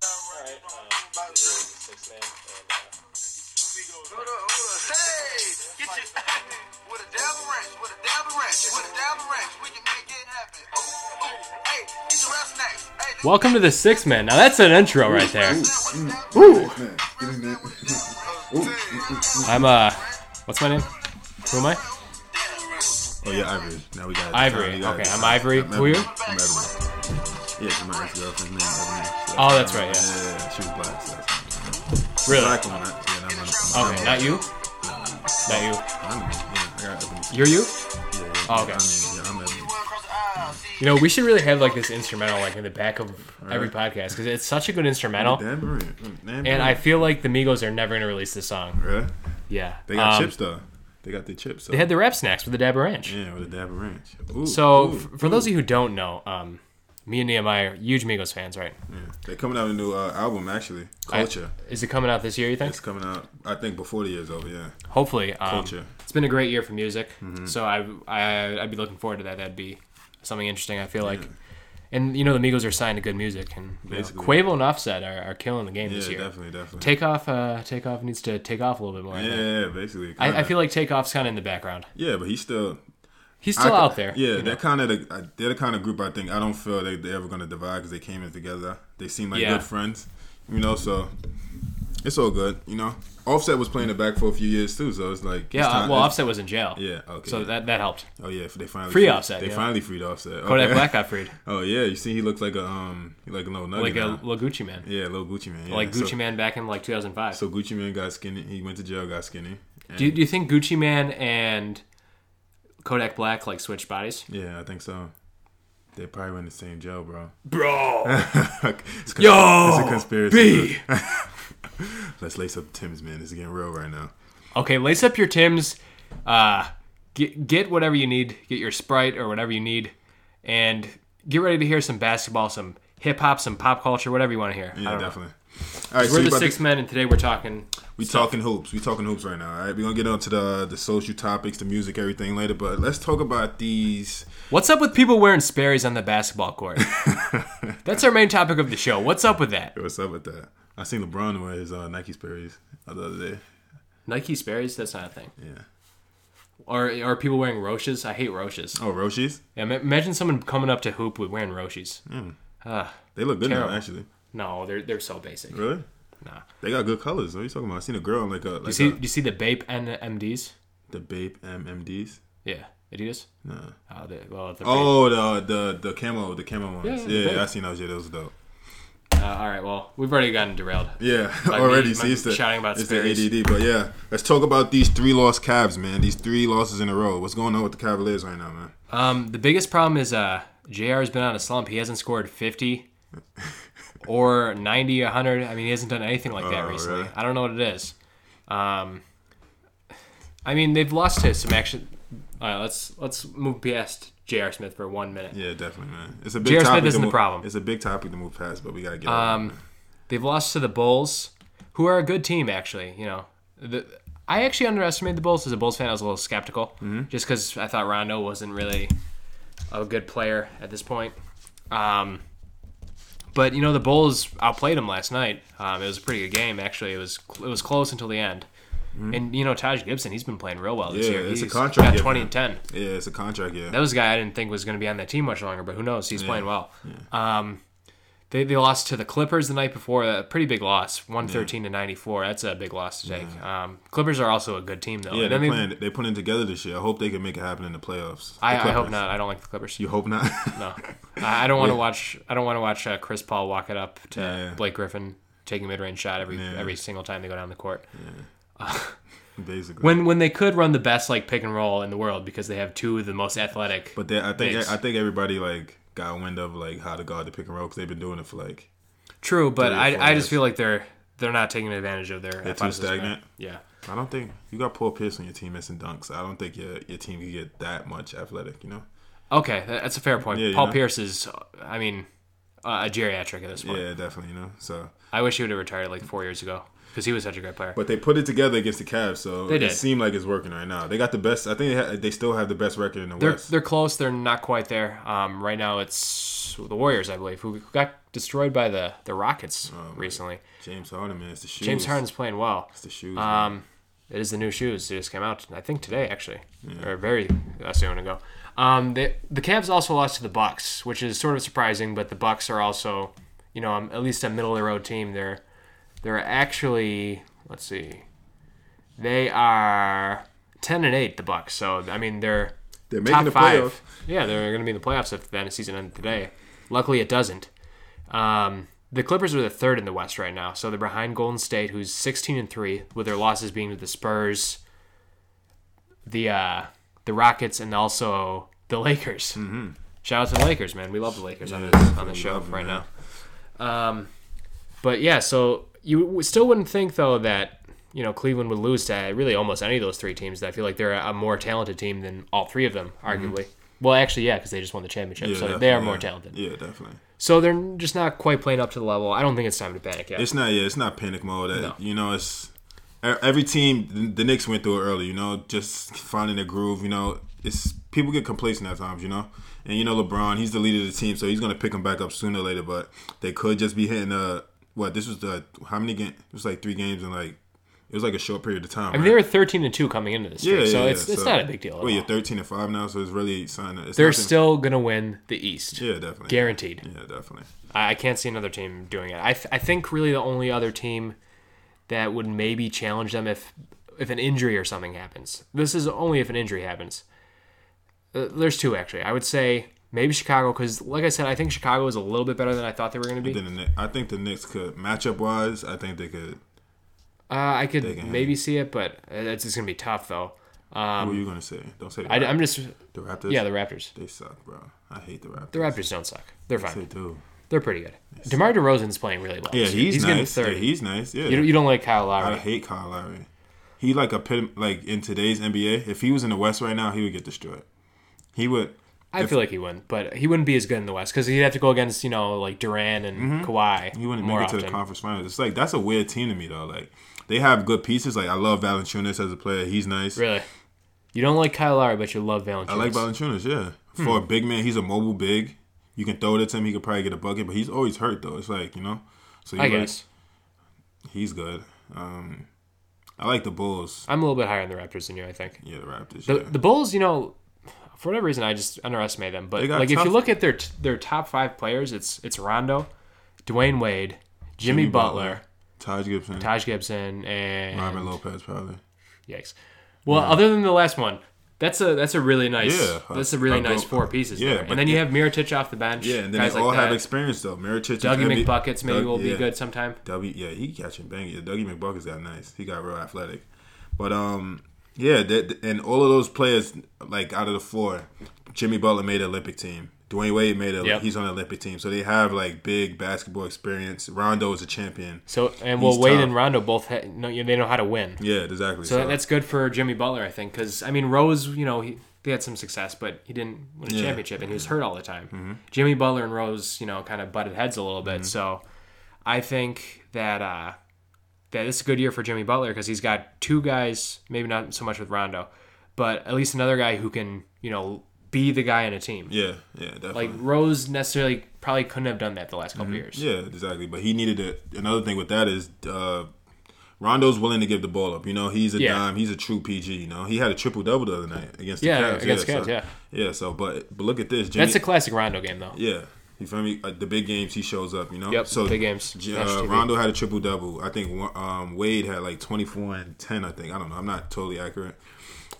tonight. Um, this is Six Man, and uh, Hold up, hold up. Hey, get your with a dab of ranch, with a dab of ranch, with a dab of ranch, we can make it happen. Ooh, ooh. Hey, get your rap snacks. Hey, this welcome to the Six Man. Now that's an intro right there. Ooh. Getting that. Ooh. I'm uh, what's my name? Who am I? Oh yeah, Ivory. Now we got Ivory. we got Okay, I'm Ivory. I'm Who are you? I'm Edwin. Yeah, 'cause my ex-girlfriend's name is Ebony. So- Oh, that's right, yeah. Yeah, yeah, she was black. So that's Really? black woman. I- Yeah, and I'm Okay, not you. Not you. I'm, yeah, I got Ebony. You're you. Yeah, yeah, Oh, yeah, okay. I mean, yeah, I'm Ebony. You know, we should really have like this instrumental like in the back of every podcast because it's such a good instrumental. Damn Maria. Mm, Damn And I feel like the Migos are never gonna release this song. Really? Yeah, They got Um, chips though. They got the chips. So. They had the rap snacks with the Dabber Ranch. yeah, with a dab of ranch. Ooh, So, ooh, f- for those of you who don't know, um, me and Nehemiah are huge Migos fans, right? yeah. they're coming out with a new uh, album actually. I- Culture. is it coming out this year? You think? It's coming out. I think before the year's over. Yeah. Hopefully. Um, Culture. Mm-hmm. It's been a great year for music, so I, I I'd be looking forward to that. That'd be something interesting. I feel like, and you know, the Migos are signed to good music, and you know, Basically. Quavo and Offset are, are killing the game Yeah, this year. definitely, definitely. Takeoff, uh, Takeoff needs to take off a little bit more. I think. yeah, yeah, basically. I, I kinda. feel like Takeoff's kind of in the background. Yeah, but he's still He's still I- out there. Yeah, you know? they're kind of the, uh, they're the kind of group I think I don't feel they they ever gonna divide because they came in together. They seem like Yeah. good friends, you know. So it's all good, you know. Offset was playing the back for a few years too, so it's like it's yeah. uh, time- well, it's- Offset was in jail. Yeah, okay. So that that helped. oh yeah, they finally Free freed- Offset, They yeah. finally freed Offset. Okay. Kodak Black got freed, Oh yeah, you see, he looks like a um like a little nugget. like a now. little Gucci man, yeah, little Gucci man. yeah. like Gucci so, Man back in like 2005. So Gucci man got skinny. He went to jail, got skinny. And, do, you- do you think Gucci Man and Kodak Black like switched bodies? yeah, I think so. They probably went to the same jail, bro. Bro, It's a Yo, cons- it's a conspiracy. Let's lace up Tim's, man. It's getting real right now. Okay, lace up your Tim's. Uh, get get whatever you need. Get your Sprite or whatever you need, and get ready to hear some basketball, some hip hop, some pop culture, whatever you want to hear. I Yeah, don't know. definitely. All right, so We're we the about six to, men, and today we're talking. we talking hoops. We talking hoops right now. All right, we're gonna get on to the the social topics, the music, everything later. But let's talk about these. What's up with people wearing Sperry's on the basketball court? That's our main topic of the show. What's up with that? Hey, What's up with that? I seen LeBron wear his uh, Nike Sperry's the other day. Nike Sperry's? That's not a thing. Yeah. Or are people wearing Roches? I hate Roches. Oh, Roshi's. Yeah, ma- imagine someone coming up to hoop with wearing Roches. Ah, They look good Terrible. now, actually. no, they're they're so basic. Really? Nah. They got good colors. What are you talking about? I seen a girl in like a like You see, a, you see the Bape and the MDs? the Bape MMDs. Yeah, Adidas. Nah. Oh, they, well, the Bape. Oh, the the the camo, the camo ones. Yeah, Yeah, the Bape. I seen those. Yeah, those was dope. Uh, all right. Well, we've already gotten derailed. Yeah, By already. me- See, it's the, shouting about it's Sperry's. the ADD. But yeah, let's talk about these three lost Cavs, man. These three losses in a row. What's going on with the Cavaliers right now, man? Um, the biggest problem is uh, Jr. has been on a slump. He hasn't scored fifty or 90, 100. I mean, he hasn't done anything like that Oh, recently. really? I don't know what it is. Um, I mean, they've lost to some action. All right, let's let's move past Jr. Smith for one minute. Yeah, definitely, man. It's a big J.R. Smith topic. to isn't the move- problem. It's a big topic to move past, but we gotta get. over Um, they've lost to the Bulls, who are a good team, actually. You know, the, I actually underestimated the Bulls as a Bulls fan. I was a little skeptical, Mm-hmm. just because I thought Rondo wasn't really a good player at this point. Um, but you know, the Bulls outplayed them last night. Um, it was a pretty good game, actually. It was it was close until the end. And you know, Taj Gibson, he's been playing real well this Mm-hmm. Yeah, year. it's a He's contract got given twenty him. and ten. it. Yeah, it's a contract. Yeah, That was a guy I didn't think was going to be on that team much longer, but who knows? He's playing well. Um, they, they lost to the Clippers the night before, a pretty big loss, one thirteen to ninety four. That's a big loss to take. Um, Clippers are also a good team though. And yeah. They're then they- playing. They putting together this year. I hope they can make it happen in the playoffs. The I, I hope Clippers. not. I don't like the Clippers. You hope not. no, I, I don't want to watch. I don't want to watch uh, Chris Paul walk it up to Yeah. Blake Griffin taking mid range shot every Yeah. every single time they go down the court. Basically. When when they could run the best like pick and roll in the world because they have two of the most athletic. But they, I think Knicks. I think everybody like got wind of like how to guard the pick and roll because they've been doing it for like True, but Three or four I, I just minutes. feel like they're they're not taking advantage of their. They're too stagnant? Yeah. I don't think you got Paul Pierce on your team missing dunks. I don't think your your team can get that much athletic. You know. Okay, tha- that's a fair point. Yeah, you Paul know. Pierce is. I mean, uh, a geriatric at this point. Yeah, definitely. You know, so I wish he would have retired like four years ago because he was such a great player. but they put it together against the Cavs, so They it did. seemed like it's working right now. They got the best. I think they, ha- they still have the best record in the they're West. they're close. They're not quite there. Um, right now it's the Warriors, I believe, who got destroyed by the the Oh, Rockets recently. James Harden, man, it's the shoes. James Harden's playing well. it's the shoes. man. Um, it is the new shoes. They just came out, I think today actually, or very uh, soon ago. Um, the the Cavs also lost to the Bucks, which is sort of surprising. But the Bucks are also, you know, um, at least a middle of the road team. They're they're actually let's see, they are ten and eight. The Bucks. So I mean they're They're top making the five. playoff. Yeah, they're going to be in the playoffs if the end of season ended today. Luckily, it doesn't. Um, the Clippers are the third in the West right now, so they're behind Golden State, who's 16 and three, with their losses being to the Spurs, the uh, the Rockets, and also the Lakers. Mm-hmm. Shout out to the Lakers, man. We love the Lakers on this on the we show love 'em, right man. now. Um, but yeah, so you w- still wouldn't think though that you know Cleveland would lose to really almost any of those three teams. I feel like they're a more talented team than all three of them, arguably. Well, actually, yeah, because they just won the championship, Mm-hmm. Yeah, so definitely, they are more yeah. talented. Yeah, definitely. So they're just not quite playing up to the level. I don't think it's time to panic yet. It's not. Yeah, it's not panic mode. That No. you know, it's e- every team. the- The Knicks went through it early. You know, just finding a groove. You know, it's people get complacent at times. You know, and you know LeBron, he's the leader of the team, so he's gonna pick them back up sooner or later. But they could just be hitting a what? This was the how many games? It was like three games in like it was like a short period of time. I mean, they were 13 and two coming into this year, so it's it's so- not a big deal. At Well, all. you're 13 and five now, so it's really sign. It's They're nothing- still gonna win the East, yeah, definitely guaranteed. Yeah, definitely. I, I can't see another team doing it. I, th- I think really the only other team that would maybe challenge them if if an injury or something happens. This is only if an injury happens. Uh, there's two actually. I would say maybe Chicago because, like I said, I think Chicago is a little bit better than I thought they were going to be. Uh, Then the, Knick- I think the Knicks could matchup wise. I think they could. Uh, I could can maybe see it, but it's just going to be tough though. Who are you gonna say? Don't say. the Um, I, Raptors. am just The Raptors. yeah, the Raptors. They suck, bro. I hate the Raptors. The Raptors don't suck. They're They fine. do. They're pretty good. DeMar DeRozan's playing really well. Yeah, this year. he's, getting nice. Yeah, he's nice. Yeah. you, don't- you don't like Kyle I Lowry. hate Kyle Lowry. He like a pit, like in today's NBA. If he was in the West right now, he would get destroyed. He would. I feel like he wouldn't, but he wouldn't be as good in the West because he'd have to go against you know like Duran and Kawhi. Mm-hmm. He wouldn't more make it often. to the conference finals. It's like that's a weird team to me though. Like they have good pieces. Like I love Valanciunas as a player. He's nice. Really, you don't like Kyle Lowry, but you love Valanciunas. Hmm. I like Valanciunas. Yeah. For a big man, he's a mobile big. You can throw it at him. He could probably get a bucket, but he's always hurt though. It's like you know. So you I like- guess he's good. Um, I like the Bulls. I'm a little bit higher on the Raptors than you. I think Yeah, the Raptors. the yeah. the Bulls, you know, for whatever reason, I just underestimate them. But They got like if tough- you look at their t- their top five players, it's it's Rondo, Dwayne Wade, Jimmy, Jimmy Butler, Butler. Taj Gibson, Taj Gibson, and Robin Lopez, probably. yikes. Well, other than the last one. That's a that's a really nice Yeah, that's a really I- I nice go- four pieces. yeah, Yeah, but and then you have Miritich off the bench. Yeah, and then guys they like all have that. experience though. Miritich, Dougie NBA McBuckets maybe Doug- will be yeah. good sometime. W, yeah, he catching bang. Yeah, Dougie McBuckets got nice. He got real athletic, but um, yeah, that, and all of those players like out of the four, Jimmy Butler made the Olympic team. Dwayne Wade made a Yep. he's on the Olympic team, so they have like big basketball experience. Rondo is a champion. So and well, He's Wade tough. and Rondo both ha- know, you know, they know how to win. Yeah, exactly. So that's good for Jimmy Butler, I think, because I mean Rose, you know, he they had some success, but he didn't win a Yeah. Mm-hmm. championship, and he was hurt all the time. Jimmy Butler and Rose, you know, kind of butted heads a little bit. So I think that uh, that it's a good year for Jimmy Butler because he's got two guys, maybe not so much with Rondo, but at least another guy who can you know be the guy in a team. yeah, yeah, definitely. Like Rose necessarily probably couldn't have done that the last couple years. Mm-hmm. Yeah, exactly. But he needed a, another thing with that is uh, Rondo's willing to give the ball up. You know, he's a Yeah. dime. He's a true PG. You know, he had a triple double the other night against the Yeah, Cavs. against yeah, Cavs, so, yeah. yeah. So, but but look at this. Jimmy, That's a classic Rondo game, though. yeah. You feel me? Uh, the big games he shows up. You know. Yep, So big games. J- Nash Uh, TV. Rondo had a triple double. I think one- um, Wade had like twenty four and ten. I think I don't know. I'm not totally accurate.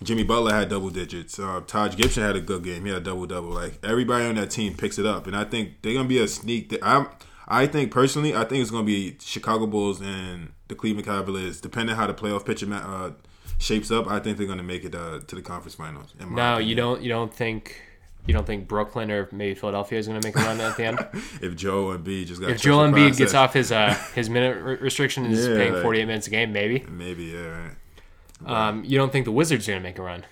Jimmy Butler had double digits. Uh, Taj Gibson had a good game. He had a double double. Like everybody on that team picks it up, and I think they're gonna be a sneak. Th- I'm, I think personally, I think it's gonna be Chicago Bulls and the Cleveland Cavaliers. Depending how the playoff picture ma- uh, shapes up, I think they're gonna make it uh, to the conference finals. in my No, opinion. you don't. You don't think. You don't think Brooklyn or maybe Philadelphia is going to make a run at the end? If Joe and B just got if Joel Embiid gets off. off his uh, his minute re- restriction and is Yeah, paying like- 48 minutes a game, maybe. Maybe yeah. Right. Um, you don't think the Wizards are going to make a run?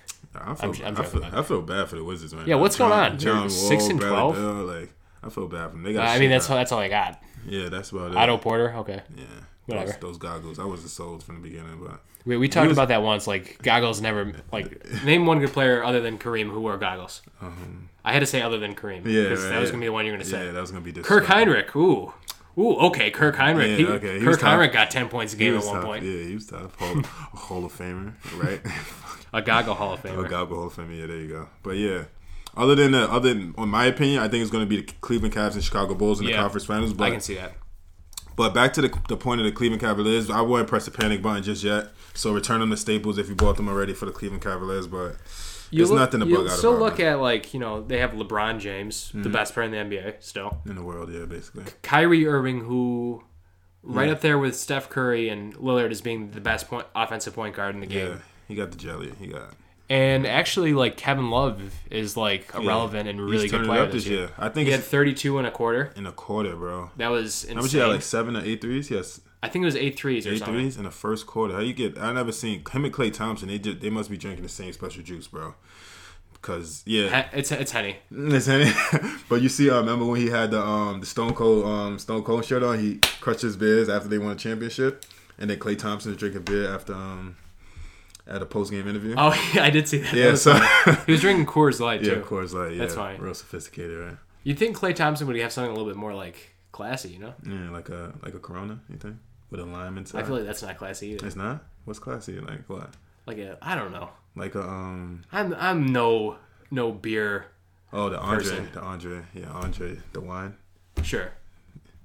I'm I feel, i joking feel, about I feel bad for the Wizards right Yeah, now. what's going on? They're John Wall, six and Bradley 12? Beal, like, I I feel bad for them. They got. I shit mean, that's out. that's all I got. yeah, that's about it. Otto Porter. Okay. Yeah, Whatever. Those, those goggles. I wasn't sold from the beginning, but We, we talked about that once. Like goggles never like name one good player other than Kareem who wore goggles. I had to say other than Kareem. Um, Yeah, 'cause that right, was yeah. gonna be the one you're gonna say. yeah, that was gonna be this. Kirk Heinrich. Ooh. Ooh, okay, Kirk Heinrich. Yeah, he, okay, he was Kirk tough. Heinrich got ten points a He game at was one tough. point. Yeah, he was tough. Hall, Hall of Famer, right? A goggle Hall of Famer. a goggle Hall of Famer. Yeah, there you go. But yeah. Other than that, other than, on my opinion, I think it's going to be the Cleveland Cavs and Chicago Bulls in the Yeah. conference finals. But I can see that. But back to the, the point of the Cleveland Cavaliers, I wouldn't press the panic button just yet. So return them to Staples if you bought them already for the Cleveland Cavaliers. But there's look- nothing to you bug out still about Mm-hmm. look man, at like you know they have LeBron James, the best player in the NBA, still in the world. Yeah, basically. Kyrie Irving, who right up there with Steph Curry and Lillard as being the best point offensive point guard in the game. Yeah, he got the jelly. He got. And actually, like Kevin Love is like a relevant and really he's good turning player it up this year. I think He had it's 32 and a quarter. in a quarter, bro. That was How much he had insane. like seven or eight threes? Yes, I think it was eight threes or eight something. threes in the first quarter. How you get? I never seen him and Clay Thompson. They just, they must be drinking the same special juice, bro. Because yeah, He- It's it's Henny. Listen, but you see, I remember when he had the um the Stone Cold um Stone Cold shirt on. He crushed his beers after they won a championship, and then Clay Thompson was drinking beer after um at a post game interview. Oh yeah, I did see that. yeah, so He was drinking Coors Light yeah, too. of course, like yeah, That's fine. real sophisticated, right? You'd think Clay Thompson would have something a little bit more like classy, you know? Yeah, like a like a Corona, you think, with a lime inside. I feel like that's not classy either. it's not. What's classy? Like what? Like a, I don't know. Like a um I'm I'm no no beer. oh the Andre Person. the Andre yeah Andre the wine Sure,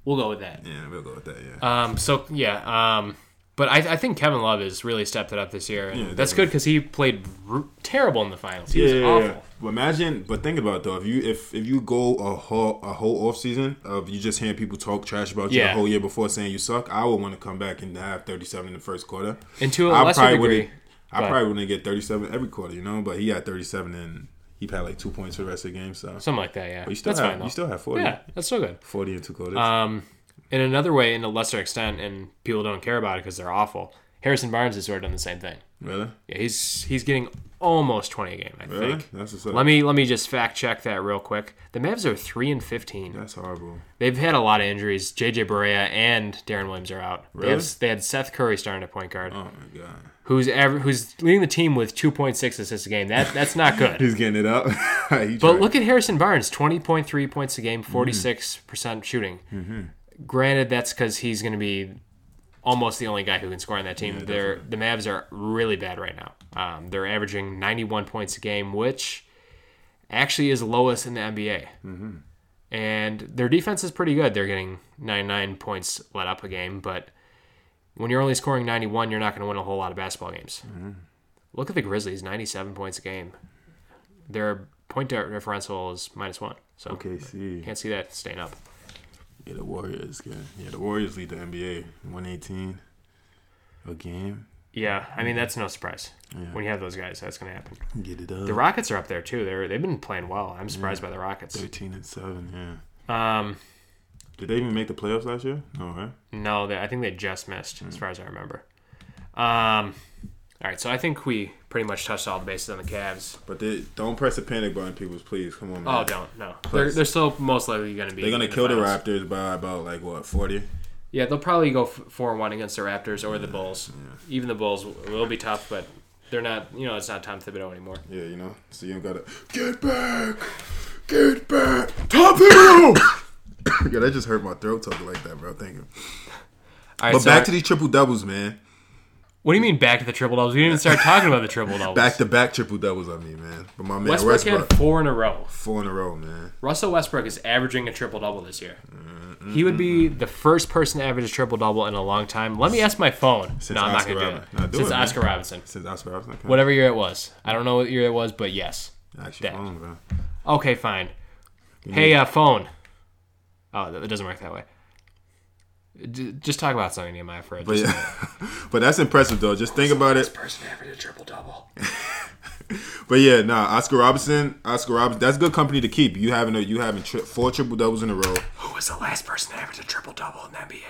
we'll go with that. yeah we'll go with that yeah. Um. So yeah. Um. But I, I think Kevin Love has really stepped it up this year. And Yeah, that's definitely. good because he played r- terrible in the finals. He yeah, was yeah, awful. yeah. But imagine, but think about it, though, if you if if you go a whole a whole off season of you just hearing people talk trash about you Yeah. the whole year before saying you suck, I would want to come back and have thirty seven in the first quarter. And to a I lesser probably degree, wouldn't. I but- probably wouldn't get thirty seven every quarter, you know. But he had thirty seven and he had like two points for the rest of the game. So something like that. Yeah, you still that's have fine though. you still have forty. yeah, Um, that's so good. Forty and two quarters. In another way, in a lesser extent, and people don't care about it because they're awful. Harrison Barnes has sort of done the same thing. really? Yeah, he's he's getting almost twenty a game. I Really? think. That's what's up. Let me let me just fact check that real quick. The Mavs are three and fifteen. That's horrible. They've had a lot of injuries. JJ Barea and Darren Williams are out. They, Really? have, they had Seth Curry starting at point guard, Oh my god. who's ever, who's leading the team with 2.6 assists a game. That that's not good. He's getting it up. He but tried. look at Harrison Barnes, 20.3 points a game, 46% shooting. Granted, that's because he's going to be almost the only guy who can score on that team. They're, the Mavs are really bad right now. Um, they're averaging 91 points a game, which actually is lowest in the NBA. And their defense is pretty good. They're getting 99 points let up a game, but when you're only scoring 91, you're not going to win a whole lot of basketball games. Look at the Grizzlies, 97 points a game. Their point differential is minus one, so Okay, see. can't see that staying up. Yeah, the Warriors. Yeah, yeah the Warriors lead the NBA. One eighteen a game. Yeah, I mean that's no surprise. When you have those guys, that's going to happen. Get it up. The Rockets are up there too. They're they've been playing well. I'm surprised by the Rockets. Thirteen and seven. Yeah. Um, Did they even make the playoffs last year? No, right? no, they, I think they just missed, as far as I remember. Um, all right, so I think we pretty much touched all the bases on the Cavs. But they don't press the panic button, people. Please, come on, man. Oh, don't no. They're, they're still most likely going to be. They're gonna in kill the finals. Raptors by about like what forty. Yeah, they'll probably go f- four and one against the Raptors or the Bulls. Even the Bulls w- will be tough, but they're not. You know, it's not Tom Thibodeau anymore. Yeah, you know. So you don't gotta get back, get back, top hero. yeah, that just hurt my throat talking like that, bro. Thank you. All right, But so back to these triple doubles, man. what do you mean back to the triple doubles? We didn't even start talking about the triple doubles. Back to back triple doubles on me, man. But my man Westbrook, Westbrook, had four in a row. four in a row, man. Russell Westbrook is averaging a triple double this year. He would be the first person to average a triple double in a long time. Let me ask my phone. Since no, I'm Oscar not going to Robinson. do No, it. do Since it, man. Oscar Robinson, Since Oscar Robertson, okay. whatever year it was, I don't know what year it was, but yes. Actually, that. wrong, bro. Okay, fine. Hey, uh, phone. Oh, that, that doesn't work that way. D- just talk about something, Nehemiah, for a But, just- yeah. but that's impressive though. Just think about it. person average a triple double. But yeah, nah, Oscar Robinson, Oscar Robinson, that's good company to keep. You having a, you having tri- four triple doubles in a row. Who was the last person to average a triple double in the NBA?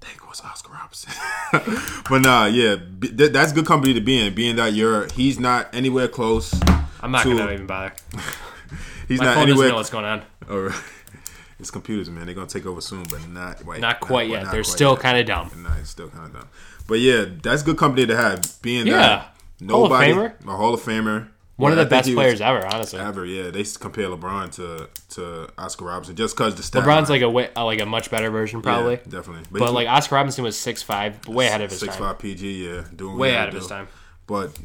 think it was Oscar Robertson. but nah, yeah, b- th- that's good company to be in. Being that you're, he's not anywhere close. I'm not Two. going to even bother. He's My not phone doesn't anywhere. know what's going on. All right. It's computers, man. They're gonna take over soon, but not quite. Not quite yet. not They're quite still yet. kind of dumb. Nah, it's still kind of dumb. But yeah, that's good company to have. Being Yeah. that Hall of nobody, Famer. a Hall of Famer, One of Yeah, the I think best he was- players ever, honestly. ever. Yeah, they s- compare LeBron to to Oscar Robinson just because the stat LeBron's line. like a way, uh, like a much better version, probably. yeah, definitely, But like Oscar Robinson was six five, way ahead of his six time. five PG, yeah, doing what Way he ahead had of to his do. time. But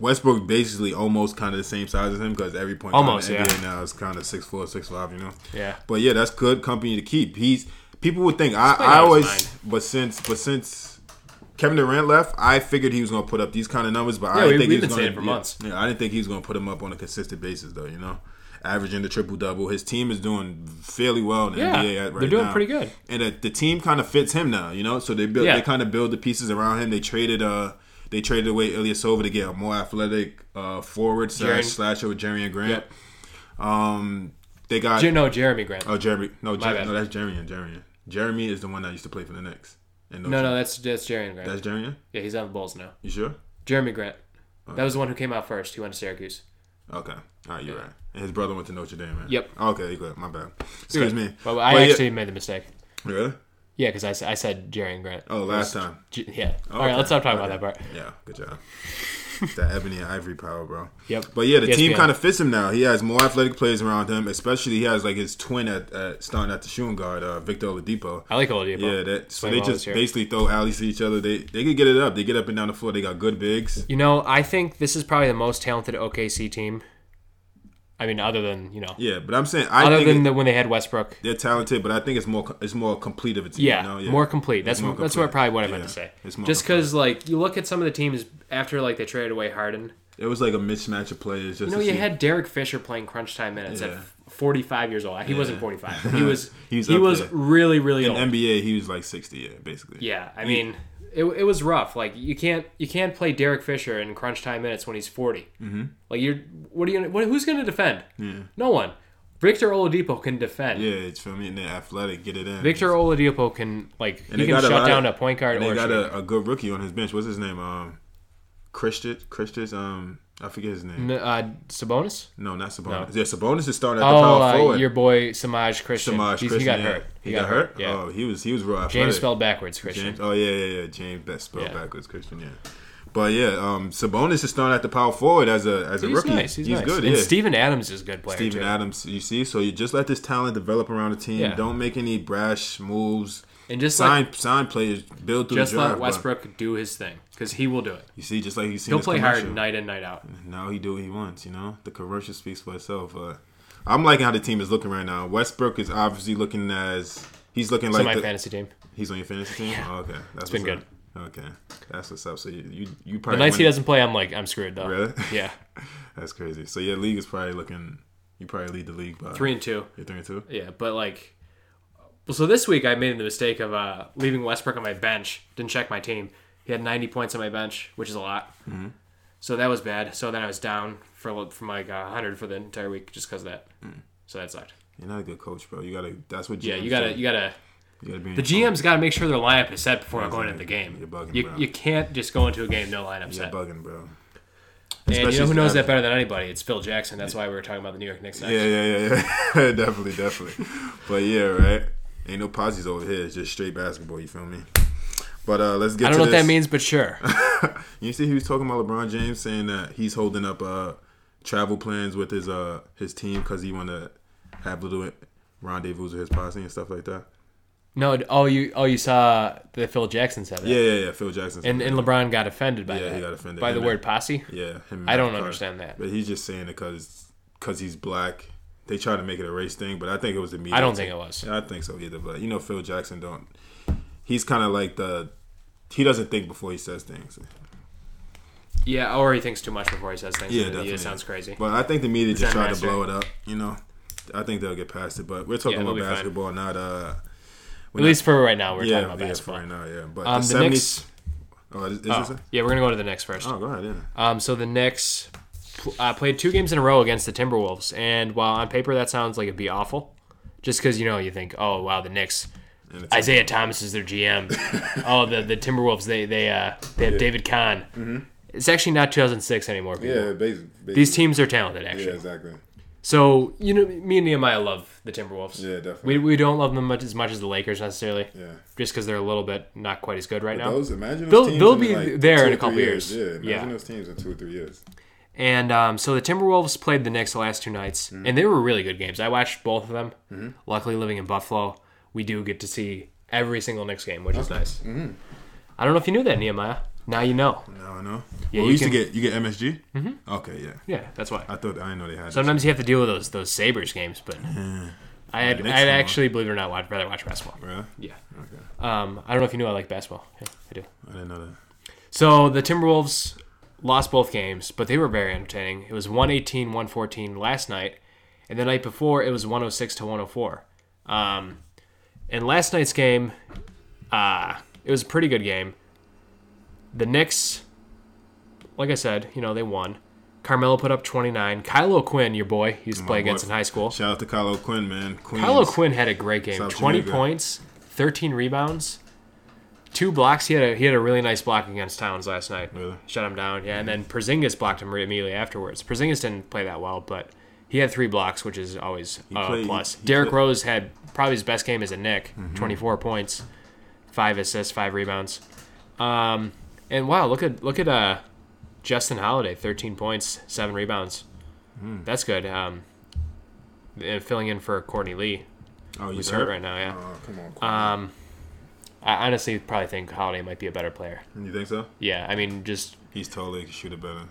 Westbrook basically almost kind of the same size as him because every point Almost, in the yeah. NBA now is kind of six four, six five. You know. Yeah. But yeah, that's good company to keep. He's people would think I, played out I his always, mind. but since but since Kevin Durant left, I figured he was going to put up these kind of numbers, but I we- didn't we've think he was been saying going it to for months. Yeah, I didn't think he was going to put him up on a consistent basis though. You know. Averaging the triple double, his team is doing fairly well in the Yeah, NBA at right they're doing now. pretty good. and uh, the team kind of fits him now. You know, so they build, Yeah. they kind of build the pieces around him. They traded, uh, they traded away Ilyasova to get a more athletic uh, forward slash Jaren- slasher with Jeremy Grant. Yep. Um, they got Jer- no, Jeremy Grant. Oh, Jeremy. No, Jer- bad. no, that's Jeremy. and Jeremy. Jeremy is the one that used to play for the Knicks. And no, no, that's that's Jeremy Grant. that's Jeremy. yeah, he's on the Bulls now. You sure? Jeremy Grant. Oh. That was the one who came out first. He went to Syracuse. Okay. All right, you're right. And his brother went to Notre Dame, right? Yep. Okay, you good. My bad. Excuse me. But I yeah- actually made the mistake. really? Yeah, because I, s- I said Jeremy Grant. Oh, last time. J- yeah. All right, let's stop talking about that part. Yeah, good job. that ebony and ivory power, bro. Yep. But yeah, the Yes, team man. kind of fits him now. He has more athletic players around him, especially he has like his twin at, at starting at the shooting guard, uh, Victor Oladipo. I like Oladipo. Yeah, that so Playing they well this just year. basically throw alleys to each other. They they could get it up. They get up and down the floor. They got good bigs. You know, I think this is probably the most talented OKC team. I mean, other than you know, Yeah, but I'm saying I other think than it- the, when they had Westbrook. they're talented, but I think it's more it's more complete of a team. Yeah, you know? more complete. That's more that's what complete. probably what I meant Yeah, to say. it's more Just because like you look at some of the teams after like they traded away Harden. It was like a mismatch of players. Just You know, to you see- had Derek Fisher playing crunch time minutes Yeah. at 45 years old. He wasn't 45. He was He's he up was there. really really old. NBA. He was like sixty, yeah, basically. Yeah, I mean, it, it was rough. Like you can't you can't play Derek Fisher in crunch time minutes when he's 40 Mm-hmm. Like you're what are you gonna, what, who's going to defend? No one. Victor Oladipo can defend. yeah, it's for me. And they're athletic. Get it in. Victor Oladipo can like And he they can got a shut lot down of- a point guard and or they a got shooter. a, a good rookie on his bench. What's his name? Um, Christian. Christian. Um, I forget his name. N- uh, Sabonis. No, not Sabonis. Yeah, Sabonis is starting at the Oh, power uh, forward. your boy Samaj Christian. Samaj He's- Christian, he got yeah. hurt. He, got, hurt. Yeah. Oh, he was he was real athletic. James spelled backwards Christian. James. Oh yeah, yeah, yeah. James. That spelled Yeah. backwards, Christian. Yeah. But yeah, um, Sabonis is starting at the power forward as a as a He's rookie. nice. He's, nice. good. And yeah. Steven Adams is a good player Steven too. Adams. You see, so you just let this talent develop around the team. Yeah. Don't make any brash moves. And just sign like sign players. Build through just the draft. let bro. Westbrook do his thing because he will do it. You see, just like you see. He'll play hard night in night out. Now he do what he wants, you know. The commercial speaks for itself. But I'm liking how the team is looking right now. Westbrook is obviously looking as he's looking To like my the- fantasy team. he's on your fantasy team. Oh, okay, that's been what's up. Okay, that's what's up. So you you, you The probably nights he win- doesn't play, I'm like, I'm screwed though. Really? Yeah, That's crazy. So your league is probably looking. You probably lead the league by three and two. You're three and two. Yeah, but like, well, so this week I made the mistake of uh, leaving Westbrook on my bench. Didn't check my team. He had 90 points on my bench, which is a lot. Mm-hmm. So that was bad. So then I was down for from like uh, 100 for the entire week just because of that. Mm. So that sucked. You're not a good coach, bro. You gotta. That's what. GMs Yeah, you gotta, you gotta. You gotta be in The GM's gotta make sure their lineup is set before going into the exactly. game. You're bugging, you, bro. you can't just go into a game no lineup You're set. bugging, bro. And you know Especially who knows if- that better than anybody? It's Phil Jackson. That's why we were talking about the New York Knicks. Next. Yeah, yeah, yeah, yeah. definitely, definitely. But yeah, right. Ain't no posies over here. It's just straight basketball. You feel me? But uh, let's get. I don't know to what that this. means, but sure. You see, he was talking about LeBron James saying that he's holding up uh, travel plans with his uh his team because he want to have little rendezvous with his posse and stuff like that. No, d- oh you oh you saw that Phil Jackson said that. Yeah, yeah, yeah. Phil Jackson. said And that. and LeBron got offended by Yeah, that. he got offended. by the Him word posse. yeah, him and I don't Magna Carta. understand that. But he's just saying it because he's black. They try to make it a race thing, but I think it was the media. I don't think it was. Yeah, I think so either. But you know, Phil Jackson don't. He's kind of like the. He doesn't think before he says things. Yeah, or he thinks too much before he says things. Yeah, and definitely. It sounds crazy. But I think the media Zen just tried to master. blow it up. You know, I think they'll get past it. But we're talking Yeah, about they'll be fine. basketball, not uh. At least for right now, we're Yeah, talking about yeah, for basketball. right now, yeah. But Um, the the 70s. Knicks. oh, is, is this Oh, it? yeah, we're gonna go to the Knicks first. Oh, go ahead. Yeah. Um, so the Knicks pl- uh, played two games in a row against the Timberwolves, and while on paper that sounds like it'd be awful, just because you know you think, oh wow, the Knicks. And it's- Isaiah Thomas is their GM. oh, the the Timberwolves they they uh they have David Kahn. It's actually not 2006 anymore. People. Mm-hmm. yeah, basically. These teams are talented, actually. exactly. So you know, me and Nehemiah love the Timberwolves. Yeah, We, definitely. we don't love them much as much as the Lakers necessarily. Yeah. Just because they're a little bit not quite as good right now. Those imagine They'll- those teams they'll in, be like, there two in or a couple three years. Yeah, imagine Yeah. those teams in two or three years. And um, so the Timberwolves played the Knicks the last two nights, and they were really good games. I watched both of them. Luckily, living in Buffalo, we do get to see every single Knicks game, which is nice. Mm-hmm. I don't know if you knew that, Nehemiah. Now you know. No, no. Yeah, well, you we used can- to get you get MSG. Mm-hmm. Okay, yeah. Yeah, that's why. I thought I didn't know they had. it. Sometimes you have to deal with those those Sabers games, but I had Knicks I one. actually, believe it or not, I'd rather watch basketball. Really? Yeah. Okay. Um, I don't know if you knew I like basketball. Yeah, I do. I didn't know that. So the Timberwolves lost both games, but they were very entertaining. It was 118 114 last night, and the night before it was 106 to 104. Um, in last night's game, uh, it was a pretty good game. The Knicks, like I said, you know, they won. Carmelo put up 29. Kylo Quinn, your boy, he used to play My boy. against in high school. Oh, Shout out to Kylo Quinn, man. Queens. Kylo Quinn had a great game. South 20 Jamaica. points, 13 rebounds, two blocks. He had a he had a really nice block against Towns last night. Really? Shut him down. Yeah, and then Porzingis blocked him immediately afterwards. Porzingis didn't play that well, but he had three blocks, which is always uh, played- a plus. Mm-hmm. he- he Derrick played- Rose had probably his best game as a Nick, 24 points, five assists, five rebounds. Um, and wow, look at look at uh, Justin Holiday, 13 points, seven rebounds. That's good. Um, and filling in for Courtney Lee, Oh, you He's hurt right now, Uh, yeah. Oh, come on. Quinn. I honestly probably think Holiday might be a better player. you think so? Yeah, I mean, just He's totally can shoot it better.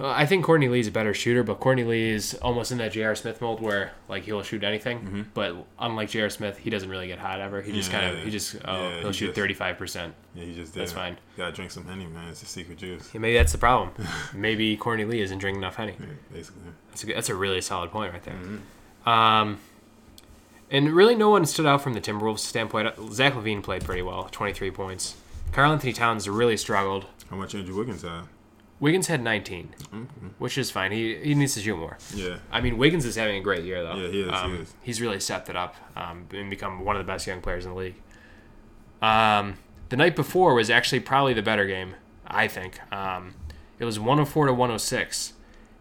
uh, I think Courtney Lee's a better shooter, but Courtney Lee is almost in that J.R. Smith mold where like he'll shoot anything. But unlike J.R. Smith, he doesn't really get hot ever. He just Mm-hmm. Yeah, kind of he just oh, yeah, he'll he shoot just- thirty five percent. Yeah, he just did. That's fine. Gotta drink some honey, man. It's a secret juice, Maybe that's the problem. Maybe Courtney Lee isn't drinking enough honey. basically. That's a, good- that's a really solid point right there. Mm-hmm. Um, and really, no one stood out from the Timberwolves standpoint. Zach Levine played pretty well, twenty three points. Carl Anthony Towns really struggled. How much Andrew Wiggins had? Wiggins had 19, Mm-hmm. which is fine. He he needs to shoot more. Yeah. I mean, Wiggins is having a great year though. Yeah, he is, he Um, is. He's really stepped it up um, and become one of the best young players in the league. Um, the night before was actually probably the better game, I think. Um, it was 104 to 106,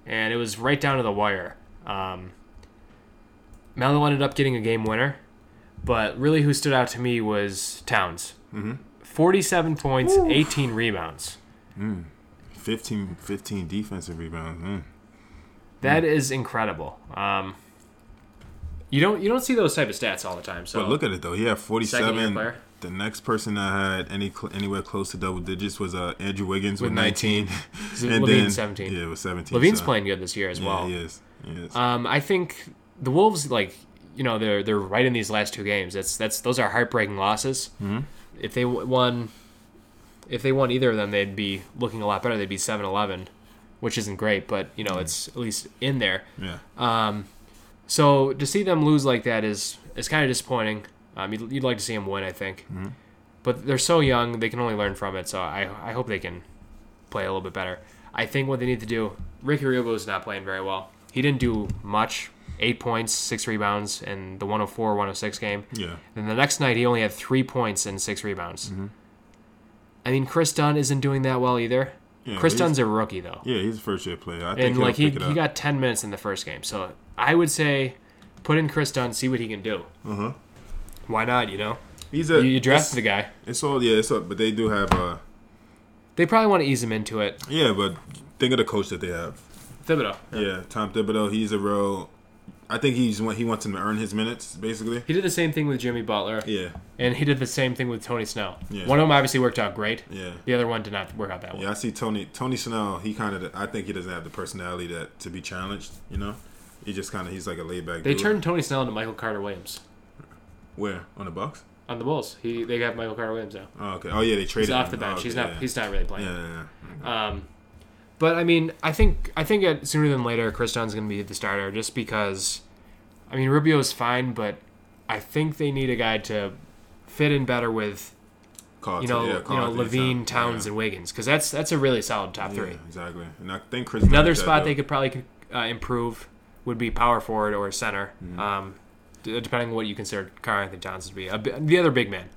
and it was right down to the wire. Um, Melo ended up getting a game winner, but really who stood out to me was Towns. Mm-hmm. 47 points, 18 rebounds. 15, 15 defensive rebounds. Mm. That Hmm. is incredible. Um, you don't you don't see those type of stats all the time. So But look at it though. He had Second-year 47. player. The next person that had any cl- anywhere close to double digits was uh, Andrew Wiggins with, 19. and Levine then 17. Yeah, with 17. Levine's so- playing good this year as uh, Yeah, well. he is. He is. Um, I think the Wolves like you know they're they're right in these last two games. That's that's those are heartbreaking losses. Hmm. Mm-hmm. If they w- won, if they won either of them, they'd be looking a lot better. They'd be 7-11, which isn't great, but you Hmm. know it's at least in there. yeah. So to see them lose like that is is kind of disappointing. Um, you'd, you'd like to see them win, I think. Mm-hmm. But they're so young; they can only learn from it. So I I hope they can play a little bit better. I think what they need to do. Ricky Rubio's not playing very well. He didn't do much. Eight points, six rebounds in the 104 106 game. yeah. Mm-hmm. Then the next night, he only had three points and six rebounds. I mean, Chris Dunn isn't doing that well either. Yeah, Chris but he's- Dunn's a rookie, though Yeah, he's a first year player. I think and he'll like he, pick it he up. got 10 minutes in the first game so i would say put in chris dunn see what he can do uh-huh Mm-hmm. why not you know he's you, a you it's- draft the guy It's all yeah, it's all, but they do have uh they probably want to ease him into it yeah, but think of the coach that they have. thibodeau Yeah, Tom Thibodeau, he's a real. I think he's want- he wants him to earn his minutes basically. he did the same thing with jimmy butler Yeah, and he did the same thing with tony snell Yeah. one of them obviously worked out great yeah, the other one did not work out that well yeah. I see Tony Tony Snell. He kind of I think he doesn't have the personality that to be challenged. You know, he just kind of he's like a laid back. they dude. turned tony snell into michael carter williams where on the Bucks. on the bulls he they got michael carter williams now Oh, okay. Oh yeah, they traded. he's off him. the Oh, bench okay, he's not Yeah. he's not really playing yeah, yeah, yeah. But I mean, I think I think it, sooner than later, Chris Dunn's going to be the starter just because. I mean, Rubio's fine, but I think they need a guy to fit in better with Carl- you know yeah, you Carl know Anthony Levine, Town. Towns, and Wiggins because that's that's a really solid top yeah. three. Yeah, exactly. And I think Chris. Another Dunn did that, spot though. they could probably uh, improve would be power forward or center, um, d- depending on what you consider Carl Anthony Towns to be. A bi- the other big man.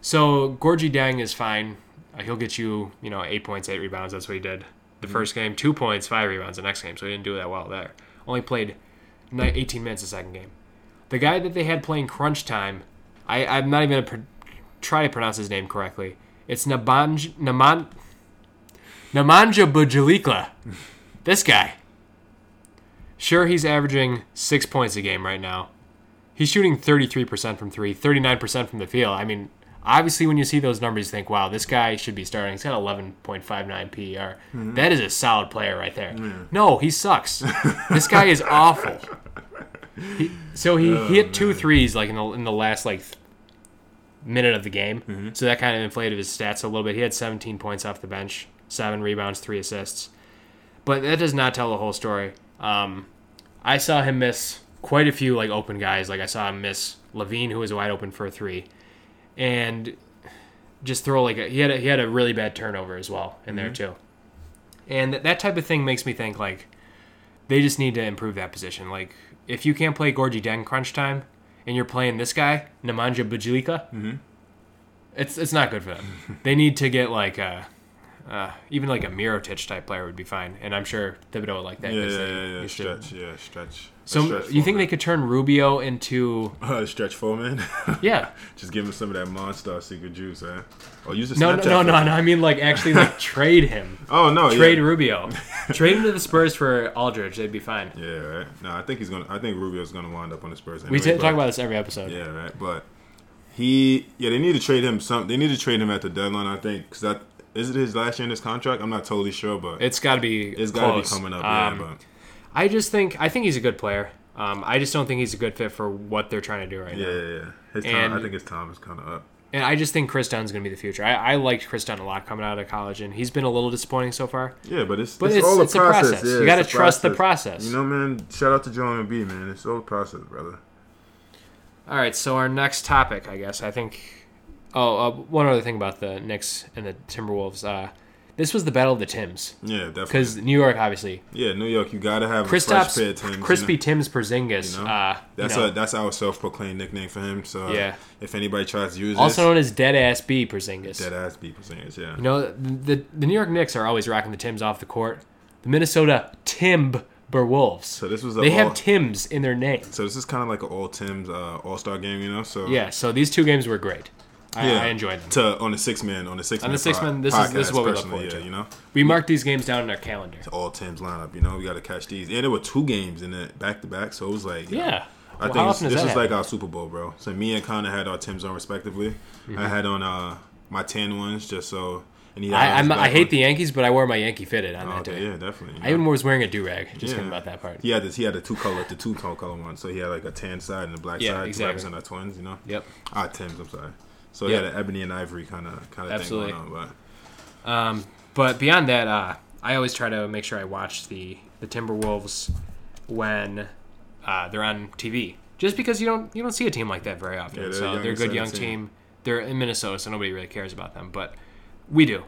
So Gorgie Dang is fine. Uh, he'll get you, you know, eight points, eight rebounds. That's what he did the first game. Two points, five rebounds the next game. So he didn't do that well there. Only played ni- 18 minutes the second game. The guy that they had playing crunch time, I, I'm not even going to pr- try to pronounce his name correctly. It's Nabanj, Naman, Namanja Bujalikla. This guy. Sure, he's averaging six points a game right now. He's shooting 33% from three, 39% from the field. I mean, obviously, when you see those numbers, you think, wow, this guy should be starting. He's got 11.59 PER. E That is a solid player right there. No, he sucks. this guy is awful. He- so he hit two threes like in the, in the last like th- minute of the game. So that kind of inflated his stats a little bit. He had 17 points off the bench, seven rebounds, three assists but that does not tell the whole story. Um, I saw him miss quite a few like open guys. Like I saw him miss Levine, who was wide open for a three, and just throw like a, he had a, he had a really bad turnover as well in Mhm. there too. And that, that type of thing makes me think like they just need to improve that position. Like if you can't play Gorgie Den crunch time and you're playing this guy Nemanja Bujilica, Mm-hmm. it's it's not good for them. they need to get like a uh, even like a Mirotic type player would be fine, and I'm sure Thibodeau would like that. Yeah, 'cause yeah, they yeah, yeah. used to- Stretch, yeah, stretch. So you think they could turn Rubio into they uh, stretch Foreman? yeah? Just give him some of that Monster secret juice, eh? Oh, use the No, Snapchat no, no, no, filter. no. I mean like actually like trade him, Oh no, trade yeah. Rubio, trade him to the Spurs for Aldridge. They'd be fine. Yeah, right. No, I think he's gonna. I think Rubio's gonna wind up on the Spurs. We anyway, t- but- talk about this every episode. Yeah, right. But he, yeah, they need to trade him. Some they need to trade him at the deadline. I think because that is it. His last year in this contract. I'm not totally sure, but It's got to be. it's got to close. be coming up. Um, yeah, but I just think I think he's a good player. Um, I just don't think he's a good fit for what they're trying to do right yeah, now. yeah, yeah. His time, and- I think his time is kind of up. And I just think Chris Dunn's going to be the future. I, I liked Chris Dunn a lot coming out of college, and he's been a little disappointing so far. Yeah, but it's But it's, it's- all it's a a process. process. Yeah, You gotta it's a trust the process. You know, man. Shout out to Joel Embiid, man. It's all a process, brother. All right, so our next topic, I guess. I think. Oh, uh, one other thing about the Knicks and the Timberwolves. Uh, this was the battle of the Tims Yeah, definitely. because New York, obviously, Yeah, New York, you gotta have a fresh pair of Timbs, you Kristaps, know? crispy Tims Porzingis. know? Uh, That's you know, a, that's our self-proclaimed nickname for him. So Yeah. if anybody tries to use also this, known as Dead Ass B Porzingis. dead ass people saying yeah. You know, the the New York Knicks are always rocking the Tims off the court. The Minnesota Timberwolves. So this was a they all- have Tims in their name. So this is kind of like an all Tim's uh, All Star game, you know. So Yeah. So these two games were great. I, I enjoyed them. To on the six man on the six the six man, this is- this is what we look forward to. You know, We marked these games down in our calendar. all Tim's lineup. You know, we got to catch these. And there were two games in it back to back, so it was like Yeah. I Well, think how this often does this that is like happen? our Super Bowl, bro. So me and Connor had our Tim's on respectively. Mm-hmm. I had on uh, my tan ones just so. And he had on I, his I'm, I black hate ones. the Yankees, but I wore my Yankee fitted on that Okay, day. Oh, yeah, definitely. you I know? even was wearing a do rag. Just Yeah. kidding about that part. He had this. He had a two color, the two tone color one. So he had like a tan side and a black Yeah, side exactly. to represent our twins. You know. Yep. Ah, Tim's. I'm sorry. So Yep. he had an ebony and ivory kind of kind of thing Absolutely. going on. But But beyond that, uh, I always try to make sure I watch the the Timberwolves when uh, they're on TV, just because you don't you don't see a team like that very often. Yeah, they're so young, they're a good young exciting team. team. They're in Minnesota, so nobody really cares about them, but we do,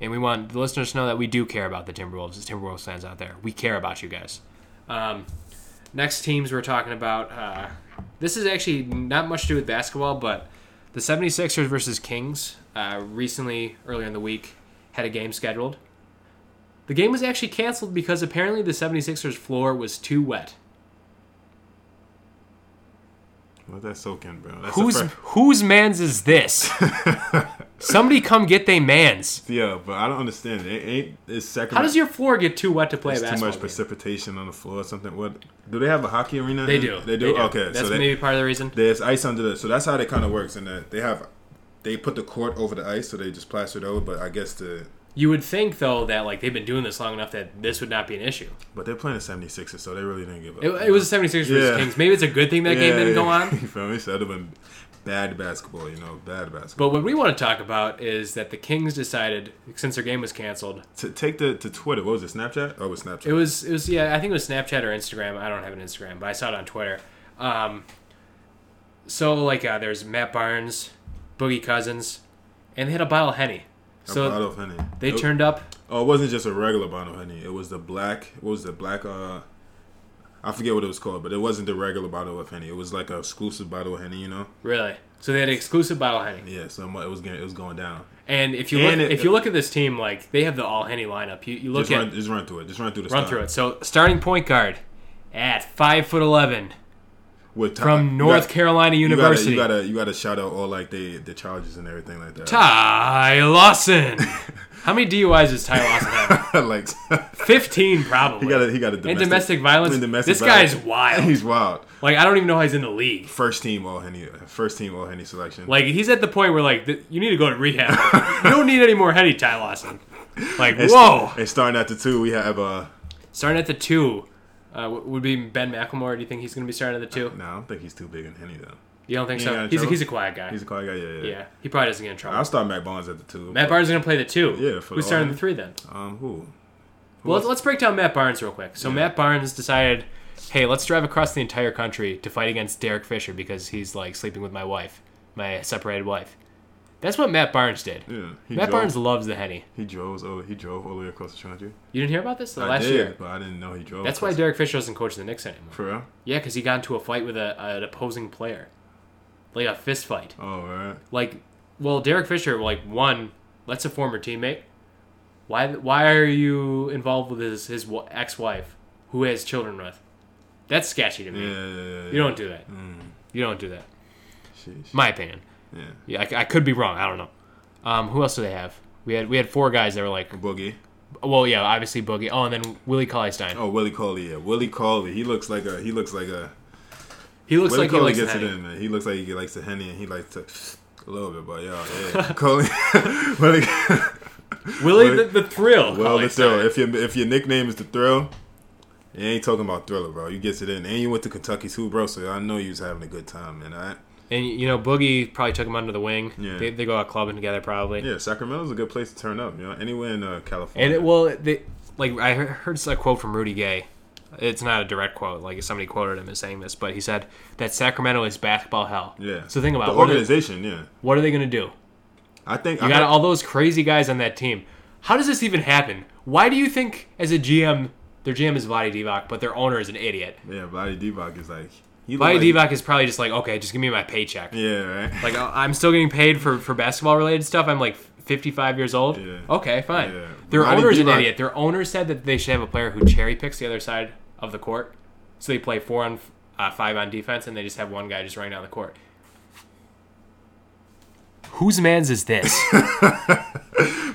and we want the listeners to know that we do care about the Timberwolves. The Timberwolves fans out there, we care about you guys. Um, next teams we're talking about. Uh, this is actually not much to do with basketball, but the 76ers versus Kings uh, recently, earlier in the week, had a game scheduled. The game was actually canceled because apparently the 76ers floor was too wet. let that soak in, bro. That's Whose the first, whose man's is this? Somebody come get they man's. yeah, but I don't understand. It ain't it's second. How does your floor get too wet to play a too basketball? much game? precipitation on the floor or something? What do they have a hockey arena? They in- do. They do. Okay, That's so they, maybe part of the reason. there's ice under the. So that's how they kind of works. And that they have they put the court over the ice, so they just plastered over. But I guess the You would think though that like they've been doing this long enough that this would not be an issue. but they're playing the 76ers, so they really didn't give up. It, it was the 76ers Yeah. versus Kings. Maybe it's a good thing that game didn't go on. You feel me? So that'd have been bad basketball, you know, bad basketball. But what we want to talk about is that the Kings decided, since their game was canceled, to take the to Twitter, what was it, Snapchat? Oh, it was Snapchat. it was it was yeah, I think it was Snapchat or Instagram. I don't have an Instagram, but I saw it on Twitter. Um, so like uh, there's Matt Barnes, Boogie Cousins, and they had a bottle of Henny. So a bottle of honey. they It- turned up. Oh, it wasn't just a regular bottle of honey. It was the black. What was the black? Uh, I forget what it was called, but it wasn't the regular bottle of honey. It was like a exclusive bottle of honey, you know. Really? So they had an exclusive bottle of Henny. Yeah, so I'm- it was getting, it was going down. And if you And look it- if you look at this team, like they have the all Henny lineup. You, you look Just at run, just run through it. Just run through the run style. through it. So starting point guard, at five foot eleven With Todd- from you North got- Carolina you gotta- University. You gotta, you gotta shout out all like the the charges and everything like that. Ty Lawson. How many DUIs does Ty Lawson have? like Fifteen, probably. he got a, he got a domestic, and domestic violence. and domestic this guy's violence. wild. He's wild. Like I don't even know how he's in the league. First team all henny. First team all henny selection. Like he's at the point where like th- you need to go to rehab. you don't need any more Henny Ty Lawson. Like And whoa. st- And starting at the two, we have uh, Starting at the two uh, w- would be Ben McElmore. Do you think he's going to be starting at the two? no, I don't think he's too big in henny though. You don't think He ain't got so? in He's a, trouble? he's a quiet guy. He's a quiet guy. Yeah, yeah. yeah, he probably doesn't get in trouble. I'll start Matt Barnes at the two. Matt Barnes is going to play the two. Yeah, for the Who's starting line. the three then? Um, who? Well, let's, let's break down Matt Barnes real quick. So Matt Barnes decided, hey, let's drive across the entire country to fight against Derek Fisher because he's like sleeping with my wife, my separated wife. That's what Matt Barnes did. Yeah, he Matt drove, Barnes loves the henny. He drove. Oh, he drove all the way across the country. You didn't hear about this The I last did, year? but I didn't know he drove. That's why across- Derek Fisher doesn't coach the Knicks anymore. For real? Yeah, because he got into a fight with a, an opposing player, like a fist fight. Oh, right. like well derek fisher like one that's a former teammate why why are you involved with his his wa- ex-wife who has children with that's sketchy to Yeah, me yeah, yeah. yeah. you don't do that Mm. you don't do that Sheesh. my opinion yeah. yeah I, I could be wrong i don't know um who else do they have we had we had four guys that were like Boogie. well yeah obviously boogie oh and then willie cauley stein Oh, Willie Cauley. Yeah, Willie Cauley. He looks like a. He looks like a. he looks Willie like he Cauley likes gets the it Henny. in, man. He looks like he likes the henny, and he likes to a little bit, but yeah, yeah. Cauley. Willie. willie the, Willie- the thrill Well, Cauley the thrill. Stein. If your if your nickname is the thrill, you ain't talking about thriller, bro. You gets it in, and you went to Kentucky too, bro. So I know you was having a good time, man. All right. and you know boogie probably took him under the wing Yeah. they, they go out clubbing together probably Yeah, Sacramento's a good place to turn up. You know, anywhere in uh, California. And it, well, they, like I he- heard a quote from Rudy Gay. It's not a direct quote. Like somebody quoted him as saying this, but he said that Sacramento is basketball hell. yeah. So think about the it. What are, organization. Yeah. what are they going to do? I think You I got heard- all those crazy guys on that team. How does this even happen? Why do you think, as a GM, their GM is Vlade Divac, but their owner is an idiot? Yeah, Vlade Divac is like he Vlade look like, Divac is probably just like, okay, just give me my paycheck. Yeah, right. Like I- I'm still getting paid for, for basketball related stuff. I'm like 55 years old. Yeah. Okay, fine. Yeah. Their Roddy owner's an Divac- idiot. Their owner said that they should have a player who cherry picks the other side of the court, so they play four on uh, five on defense, and they just have one guy just running down the court. Whose man's is this?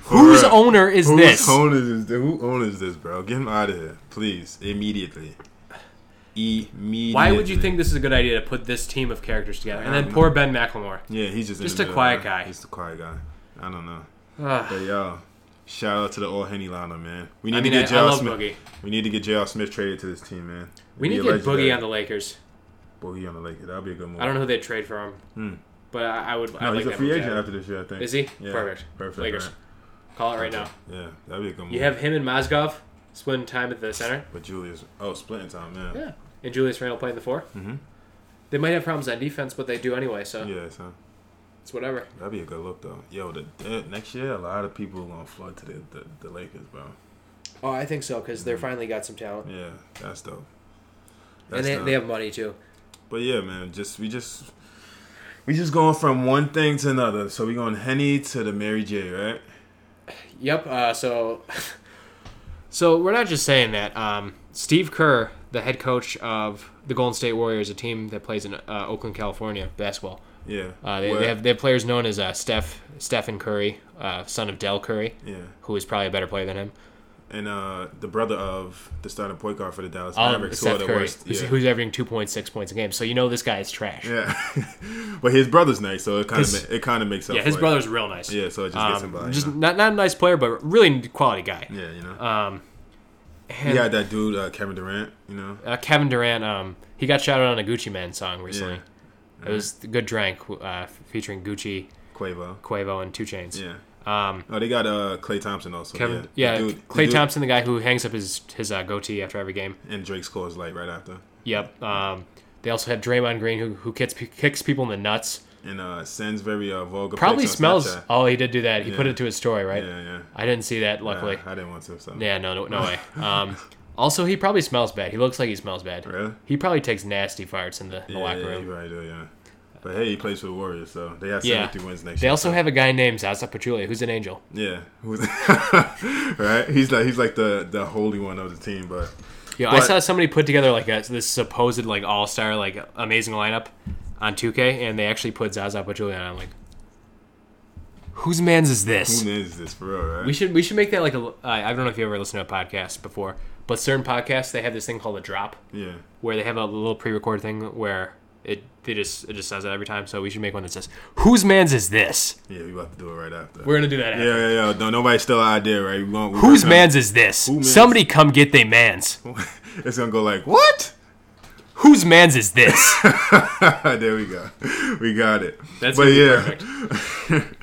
Whose real. owner is Who this? owns this? Who owns this, bro? Get him out of here, please, immediately. Immediately. Why would you think this is a good idea to put this team of characters together? And then Um, poor Ben McLemore. Yeah, he's just in Just the a middle, quiet man. guy. Just a quiet guy. I don't know. Ugh. But y'all, shout out to the old Henny liner, man. We need I mean, to I, get I J.R. love Smith. Boogie. We need to get J.R. Smith traded to this team, man. We need He'd to be a get Boogie legendary- on the Lakers. Boogie on the Lakers. That'd be a good move. I don't know who they'd trade for him, but I, I would. Hmm. No, I'd like he's a that free move to agent happen. after this year, I think. Is he? Yeah, Perfect. Perfect. Lakers. right. Call it right now. Yeah, that'd be a good move. You have him and Mozgov splitting time at the center. But Julius, oh, splitting time, man. Yeah. And Julius Randle playing the 4 Mm-hmm. They might have problems on defense, but they do anyway, so Yeah, son. it's whatever. That'd be a good look, though. Yo, the, the- next year, a lot of people are going to flood to the, the, the Lakers, bro. Oh, I think so, because Mm-hmm. they're finally got some talent. Yeah, that's dope. and That's they, dope. they have money, too. But yeah, man, just we just we just going from one thing to another. So we going Henny to the Mary J, right? Yep, uh, so. so we're not just saying that. Um, Steve Kerr, the head coach of the Golden State Warriors, a team that plays in uh, Oakland, California, basketball. Yeah. Uh, they, Where- they, have, they have players known as uh, Steph, Stephen Curry, uh, son of Del Curry, yeah, who is probably a better player than him. and uh, the brother of the starting point guard for the Dallas Um, Mavericks, who are Steph the Curry, worst. who's, Yeah. who's averaging two point six points a game. So you know this guy is trash. Yeah, yeah. but his brother's nice, so it kind His- of it kind of makes up. his for it. brother's real nice. Yeah, so it just gets him by. um, just you know? not not a nice player, but really quality guy. yeah, you know. Um, he and, had that dude uh, Kevin Durant, you know. uh, Kevin Durant. Um, he got shouted out on a Gucci Man song recently. It was "Good Drink" uh, featuring Gucci, Quavo. Quavo, and Two Chains. Yeah. Um, Oh, they got uh Clay Thompson also. Kevin, yeah, yeah. The dude- the Clay dude- Thompson, the guy who hangs up his his uh, goatee after every game. and Drake's Coors Light right after, Yep. Um, they also have Draymond Green, who who kicks kicks people in the nuts. and uh sends very uh, vulgar. Probably pics on smells. Snapchat. Oh, he did do that. He put Yeah. it to his story, right? Yeah, yeah. I didn't see that, luckily. I didn't want to. So. Yeah, no, no, no way. Um, also, he probably smells bad. He looks like he smells bad. Really? He probably takes nasty farts in the, the Yeah, locker yeah, room. you probably do, yeah. But hey, he plays for the Warriors, so they have Yeah. 73 wins next They year. also so- have a guy named Zaza Pachulia, who's an angel. yeah, Who's- right. He's like he's like the the holy one of the team, but Yo, I But- saw somebody put together like a, this supposed like all star like amazing lineup on 2K, and they actually put Zaza Pachulia, and I'm like, whose man's is this? Who is this for real, right? We should we should make that like a. I I don't know if you ever listened to a podcast before, but certain podcasts they have this thing called a drop, yeah. where they have a little pre-recorded thing where it they just it just says that every time. So we should make one that says, "Whose man's is this?" Yeah, we about to do it right after. We're gonna do that. yeah, After. yeah, yeah. Don't nobody steal our idea, right? We going, we Whose working on- man's is this? man's- Somebody come get they man's. It's gonna go like what? Whose man's is this? there we go. We got it. That's but gonna be yeah. perfect.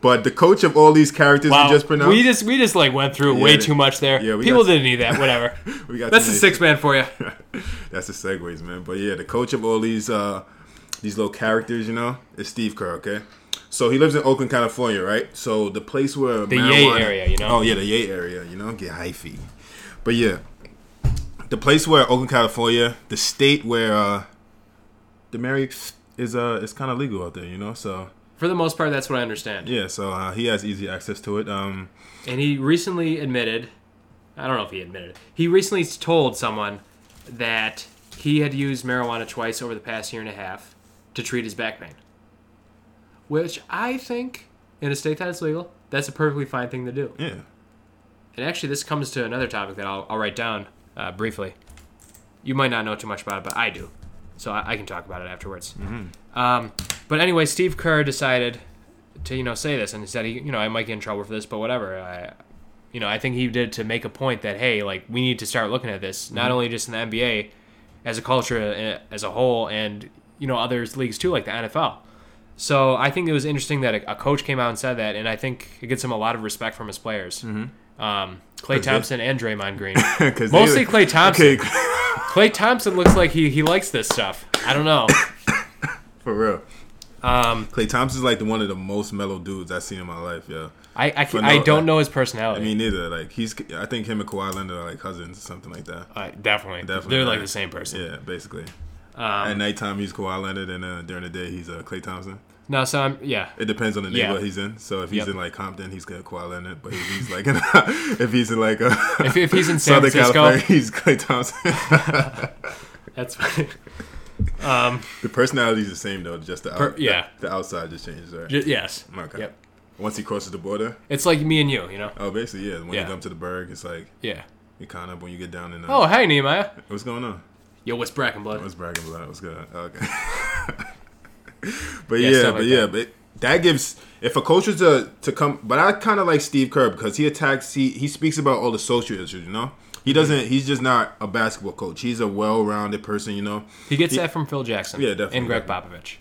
But the coach of all these characters Wow. we just pronounced. We just we just like went through Yeah, way they- too much there. yeah, we People got- didn't need that. Whatever. we got That's too the many- six man for you. That's the segues, man. But yeah, the coach of all these uh these little characters, you know, is Steve Kerr, okay? So he lives in Oakland, California, right? So the place where the Yay area, you know? Oh yeah, the Yay area, you know, get hyphy. But yeah. The place where Oakland, California, the state where uh the Mary is uh is kinda legal out there, you know, so For the most part, that's what I understand. yeah, so uh, he has easy access to it. Um And he recently admitted, I don't know if he admitted, he recently told someone that he had used marijuana twice over the past year and a half to treat his back pain. Which I think, in a state that it's legal, that's a perfectly fine thing to do. yeah. And actually, this comes to another topic that I'll, I'll write down uh, briefly. You might not know too much about it, but I do. So I, I can talk about it afterwards. Um, but anyway, Steve Kerr decided to, you know, say this. And he said, he, you know, I might get in trouble for this, but whatever. I, you know, I think he did to make a point that, hey, like, we need to start looking at this, not only just in the NBA, as a culture uh, as a whole, and, you know, other leagues too, like the NFL. So I think it was interesting that a, a coach came out and said that, and I think it gets him a lot of respect from his players. Um, Clay Okay. Thompson and Draymond Green. 'Cause they- Mostly Clay Thompson. Okay, Clay Thompson looks like he, he likes this stuff. I don't know. for real. Um, Clay Thompson's like the one of the most mellow dudes I've seen in my life, yeah. I I, But can, no, I don't I- know his personality. I mean, neither. Like he's, I think him and Kawhi Leonard are like cousins or something like that. Uh, definitely. Definitely, They're like yeah. the same person. Yeah, basically. Um, At nighttime, he's Kawhi Leonard, and uh, during the day, he's uh, Clay Thompson. No, so I'm, yeah. It depends on the Yeah. neighborhood he's in. So if he's Yep. in like Compton, he's gonna Kawhi Leonard. But if he's like, if he's in like, uh, If, if he's in San Southern Francisco, California, he's Clay Thompson. that's fine. the personality's the same though. Just the out, Per- yeah. the, the outside just changes, right? J- yes. okay. Yep. Once he crosses the border, It's like me and you, you know? oh, basically, yeah. When Yeah. you come to the Berg, it's like Yeah. you kind of when you get down in. Uh, Oh, hey, Nehemiah. what's going on? Yo, what's Brackenblood? Let's brag about it. What's good? Oh, Okay. but yeah, Yeah, stuff but like yeah, that. but that gives if a coach is to to come. But I kind of like Steve Kerr because he attacks. He he speaks about all the social issues. You know, Mm-hmm. he doesn't. He's just not a basketball coach. He's a well-rounded person. You know. He gets that from Phil Jackson. Yeah, definitely, And Greg Popovich.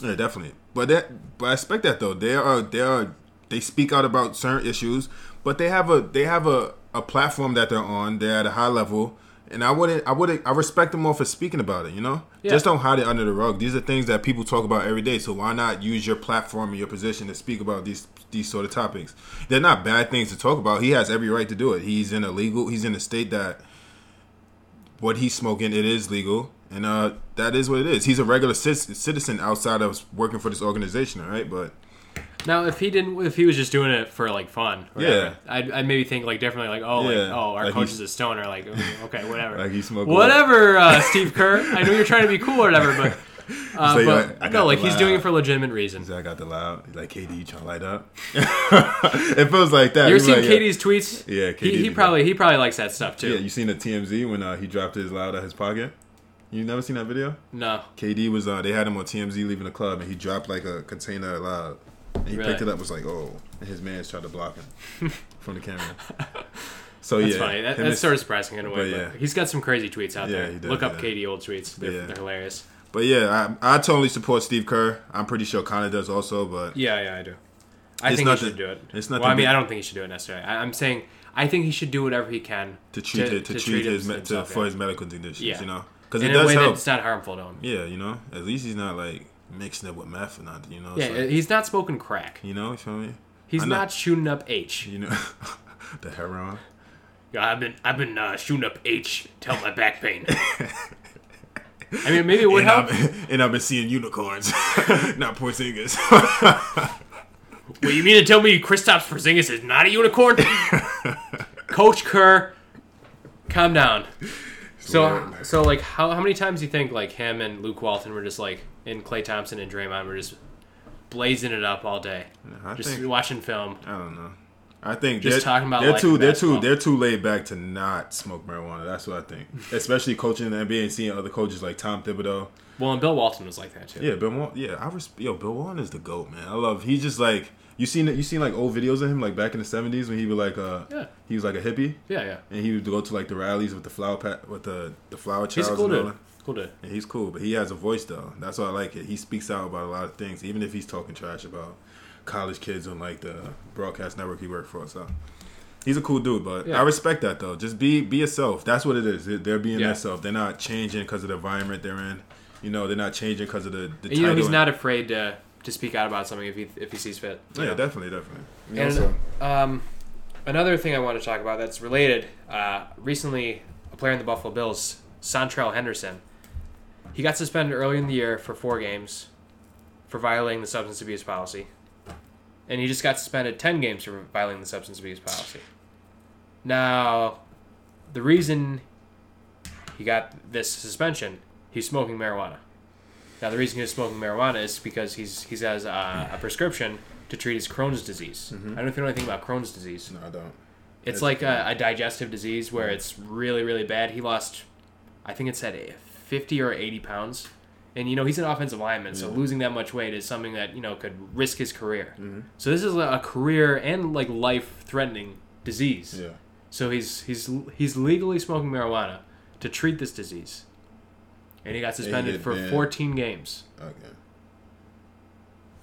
Yeah, definitely. But that, but I expect that though. They are, they are, they speak out about certain issues, but they have a, they have a, a platform that they're on. They're at a high level, and I wouldn't, I would, I respect them more for speaking about it. You know, Yeah. just don't hide it under the rug. These are things that people talk about every day. So why not use your platform and your position to speak about these, these sort of topics? They're not bad things to talk about. He has every right to do it. He's in a legal. He's in a state that what he's smoking it is legal and uh that is what it is he's a regular cit- citizen outside of working for this organization all right but Now, if he didn't, if he was just doing it for like fun, or Yeah. whatever, I'd, I'd maybe think like differently, like oh, like Yeah. oh, our Like coach he's- is a stoner, like okay, whatever, Like he smoked whatever, uh, Steve Kerr. I know you're trying to be cool or whatever, but, uh, like, but like, I got no, like the he's loud. doing it for a legitimate reason. i got the loud he's like kd you trying to light up it feels like that You ever He's seen like, Katie's tweets? Yeah, he, KD he did probably he probably likes that stuff yeah too. you seen the tmz when uh, he dropped his loud out his pocket you never seen that video No, kd was uh they had him on tmz leaving the club and he dropped like a container of loud and he Really? picked it up was like oh and his man's tried to block him from the camera so that's yeah funny. That, him that's and- sort of surprising in a way. but But yeah. he's got some crazy tweets out Yeah, there. he does, Look up yeah. Katie old tweets. They're, Yeah. they're hilarious. but yeah I, I totally support steve kerr i'm pretty sure connor does also but Yeah, yeah, I do. I It's think nothing- he should do it. it's Well, I nothing mean, big- I don't think he should do it necessarily. I, I'm saying I think he should do whatever he can to treat it to, treat his me- to, himself, for yeah. his medical conditions. Yeah. You know, because it And in a does way help. that's not harmful to him. yeah, you know, at least he's not like mixing it with meth or nothing. You know, Yeah, so, he's not smoking crack. you know, you feel me? He's I know. not shooting up H. You know, the heroin. I've been I've been uh, shooting up H to help my back pain. I mean, maybe it would And help. I've, and I've been seeing unicorns, not Porzingis. Well, you mean to tell me Kristaps Porzingis is not a unicorn? Coach Kerr, calm down. So, weird. so like, how, how many times do you think like him and Luke Walton were just like, and Clay Thompson and Draymond were just blazing it up all day, I just think- watching film? I don't know. I think Just they're, talking about they're life too and they're basketball. too they're too laid back to not smoke marijuana. That's what I think. Especially coaching the NBA and seeing other coaches like Tom Thibodeau. Well, and Bill Walton was like that too. Yeah, Bill. Walton, yeah, I res- yo Bill Walton is the goat, man. I love. He's just like you seen you seen like old videos of him like back in the seventies when he was like uh Yeah. he was like a hippie yeah, yeah. and he would go to like the rallies with the flower pat with the the flower He's childs a cool and all dude. that. Cool dude. And he's cool, but he has a voice though. That's why I like it. He speaks out about a lot of things, even if he's talking trash about college kids on like the broadcast network he worked for. So he's a cool dude, but Yeah. I respect that though. Just be be yourself. That's what it is. They're- They're being Yeah. themselves. They're not changing because of the environment they're in. You know, they're not changing because of the, the And, you know, title he's and- not afraid to to speak out about something if he if he sees fit. Yeah, definitely, definitely. You know, And so- um, another thing I want to talk about that's related. Uh, recently, a player in the Buffalo Bills, Santrell Henderson, he got suspended early in the year for four games for violating the substance abuse policy, and he just got suspended ten games for violating the substance abuse policy. Now, the reason he got this suspension, he's smoking marijuana. Now, the reason he was smoking marijuana is because he's he's has uh, a prescription to treat his Crohn's disease. I don't know if you know anything about Crohn's disease. no, I don't. It's like a, a digestive disease where it's really, really bad. He lost, I think it's at 50 or 80 pounds. And, you know, he's an offensive lineman, so losing that much weight is something that, you know, could risk his career. So this is a career and, like, life threatening disease. Yeah. So he's he's he's legally smoking marijuana to treat this disease, and he got suspended get for banned. 14 games. Okay.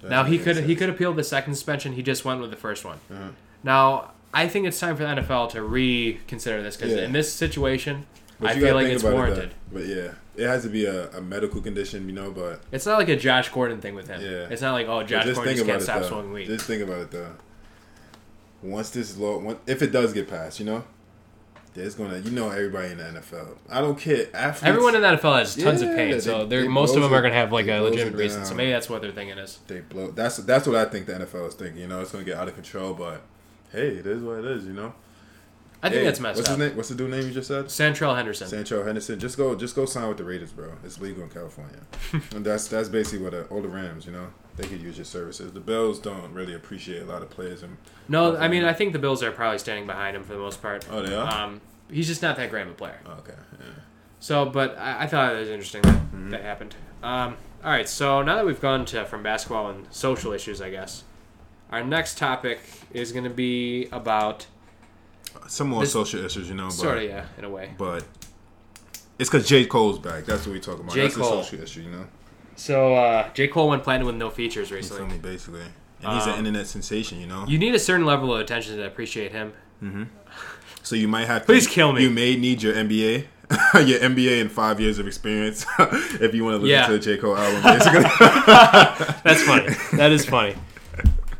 That now he doesn't make could he sense. could appeal the second suspension. He just went with the first one. Uh-huh. Now I think it's time for the NFL to reconsider this because Yeah. in this situation, But I you feel gotta like think it's about it, though. warranted. but yeah, it has to be a, a medical condition, you know. But it's not like a Josh Gordon thing with him. Yeah. It's not like oh But Josh Gordon just can't stop smoking though. weed. Just think about it though. Once this law, once, if it does get passed, you know, there's gonna, you know, everybody in the NFL. I don't care. Athletes, Everyone in the NFL has tons of Yeah, pain, they- so they they're, most of blows them are it- going to have like they a blows legitimate it reason. So down. maybe that's what they're thinking is. they blow. That's that's what I think the NFL is thinking. You know, it's gonna get out of control. But hey, it is what it is. You know. I think Hey, that's messed what's up. His name? What's the dude name you just said? Santrell Henderson. Sancho Henderson, just go, just go sign with the Raiders, bro. It's legal in California, and that's that's basically what the, all the Rams, you know, they could use your services. The Bills don't really appreciate a lot of players, and No, I mean I think the Bills are probably standing behind him for the most part. Oh, they are? Um, he's just not that great of a player. okay, yeah. So, but I, I thought it was interesting that that happened. Um, all right, so now that we've gone to from basketball and social issues, I guess our next topic is going to be about some more This- social issues, you know, but sort of yeah, in a way. but it's because J Cole's back. That's what we talking about. J. that's Cole. a social issue, you know, So uh, J Cole went platinum with no features You feel recently. me, basically. And he's an internet sensation, you know. uh, You need a certain level of attention to appreciate him. so you might have to. Please kill me. You may need your MBA, your MBA and five years of experience, if you want to listen Yeah. to the J Cole album. Basically, That's funny. that is funny.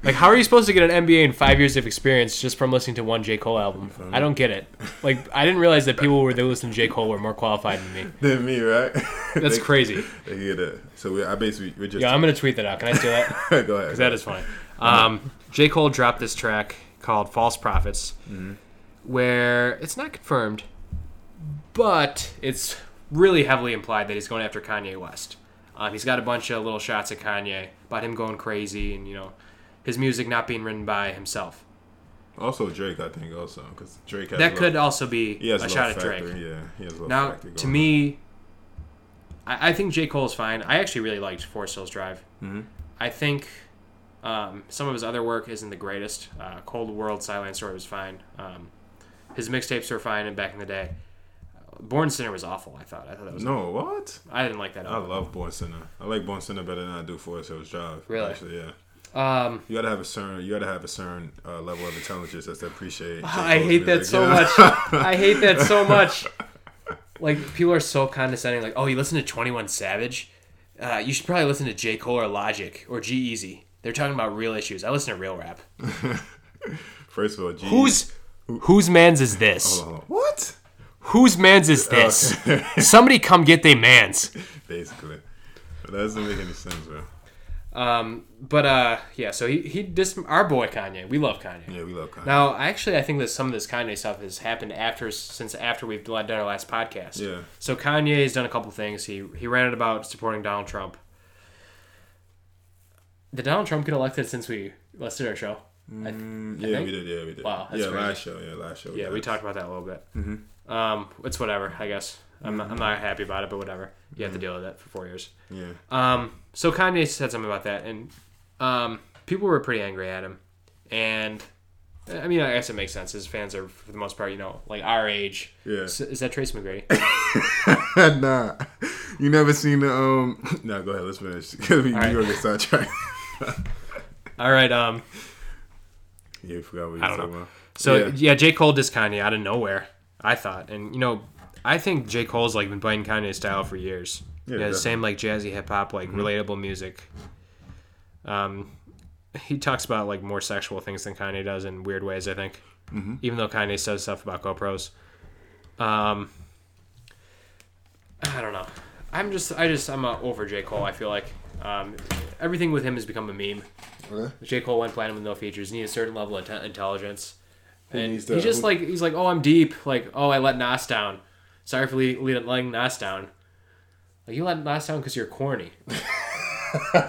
Like, how are you supposed to get an MBA in five years of experience just from listening to one J. Cole album? I don't get it. Like, I didn't realize that people who were that listening to J. Cole were more qualified than me. than me, right? That's They- crazy. They get it. So we, I basically we're just Yeah, I'm gonna tweet that out. Can I steal that? Go ahead. Because that is funny. Um, J. Cole dropped this track called False Prophets, Mm-hmm. where it's not confirmed, but it's really heavily implied that he's going after Kanye West. Um, he's got a bunch of little shots at Kanye about him going crazy and, you know, his music not being written by himself. also Drake, I think, also because Drake has a That lot- could also be he has a lot shot of at factor, Drake. Yeah, he has a lot Now, of factor to going me, I, I think J. Cole's fine. I actually really liked Forest Hills Drive. Mm-hmm. I think um, some of his other work isn't the greatest. Uh, Cold World, Silent Story was fine. Um, his mixtapes were fine and back in the day. Born Sinner was awful, I thought. I thought that on. was. No, what? I didn't like that at I all. love Born Sinner. I like Born Sinner better than I do Forest Hills Drive. Really? Actually, yeah. Um, You gotta have a certain, you gotta have a certain uh, level of intelligence that's to appreciate. J. I Cole's hate that music, so you know? much. I hate that so much. Like people are so condescending. Like, oh, you listen to Twenty One Savage? Uh, you should probably listen to J Cole or Logic or G Easy. They're talking about real issues. I listen to real rap. First of all, G. Who's whose man's is this? Hold on. what? Whose man's is Oh. this? Somebody come get they man's. Basically, but that doesn't make any sense, bro. Um, but uh, yeah, so he he dis- our boy Kanye. We love Kanye. Yeah, we love Kanye. Now, I actually, I think that some of this Kanye stuff has happened after, since after we've done our last podcast. Yeah. So Kanye has done a couple things. He he ranted about supporting Donald Trump. Did Donald Trump get elected since we listed our show? I th- I yeah, think- we did. Yeah, we did. Wow, that's yeah, crazy. last show. Yeah, last show. Yeah, got we it. talked about that a little bit. Mm-hmm. Um, it's whatever, I guess. I'm Mm-hmm. not, I'm not happy about it, but whatever. You have to deal with it for four years. Yeah. Um, so Kanye said something about that, and um, people were pretty angry at him. And I mean, I guess it makes sense. His fans are, for the most part, you know, like our age. Yeah. S- Is, that Trace McGrady? nah, you never seen the um. no, go ahead. Let's finish. we right. right. gonna get sidetracked. All right. Um. yeah, forgot what you were I don't talking know. about. So yeah. Yeah. J Cole dissed Kanye out of nowhere. I thought, and you know, I think J Cole's like been playing Kanye's style for years. Yeah, Mm-hmm. Yeah, the same like jazzy hip hop, like relatable music. Um, he talks about like more sexual things than Kanye does in weird ways. I think, even though Kanye says stuff about GoPros. Um, I don't know. I'm just, I just, I'm uh, over J Cole. I feel like um, everything with him has become a meme. Okay. J. Cole went platinum with no features. Need a certain level of te- intelligence. And needs to- he's just who- like he's like, oh, I'm deep. Like, oh, I let Nas down. Sorry for le- le- letting Nas down. Like, you let Nas down because you're corny.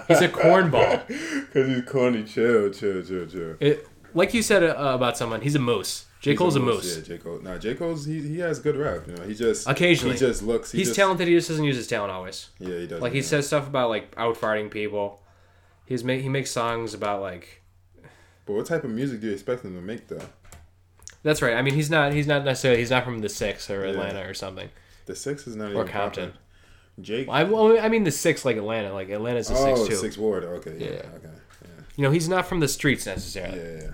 he's a cornball. Cause he's corny. Chill, chill, chill, chill. It, like you said uh, about someone, he's a moose. J. Cole's a moose. Yeah, J Cole. Nah, J Cole's he, he has good rap. You know, he just Occasionally. he just looks. He he's just, talented. He just doesn't use his talent always. Yeah, he does. Like he says stuff about like out farting people. He's make he makes songs about like But what type of music do you expect him to make though? that's right. I mean he's not he's not necessarily he's not from the six or Atlanta or something The six is not or even Compton. popping. Jake. I, well, I mean the six, like Atlanta. Like Atlanta's the oh, six too. six ward. Okay. Yeah. Yeah. Okay. You know, he's not from the streets necessarily, Yeah. Yeah. yeah.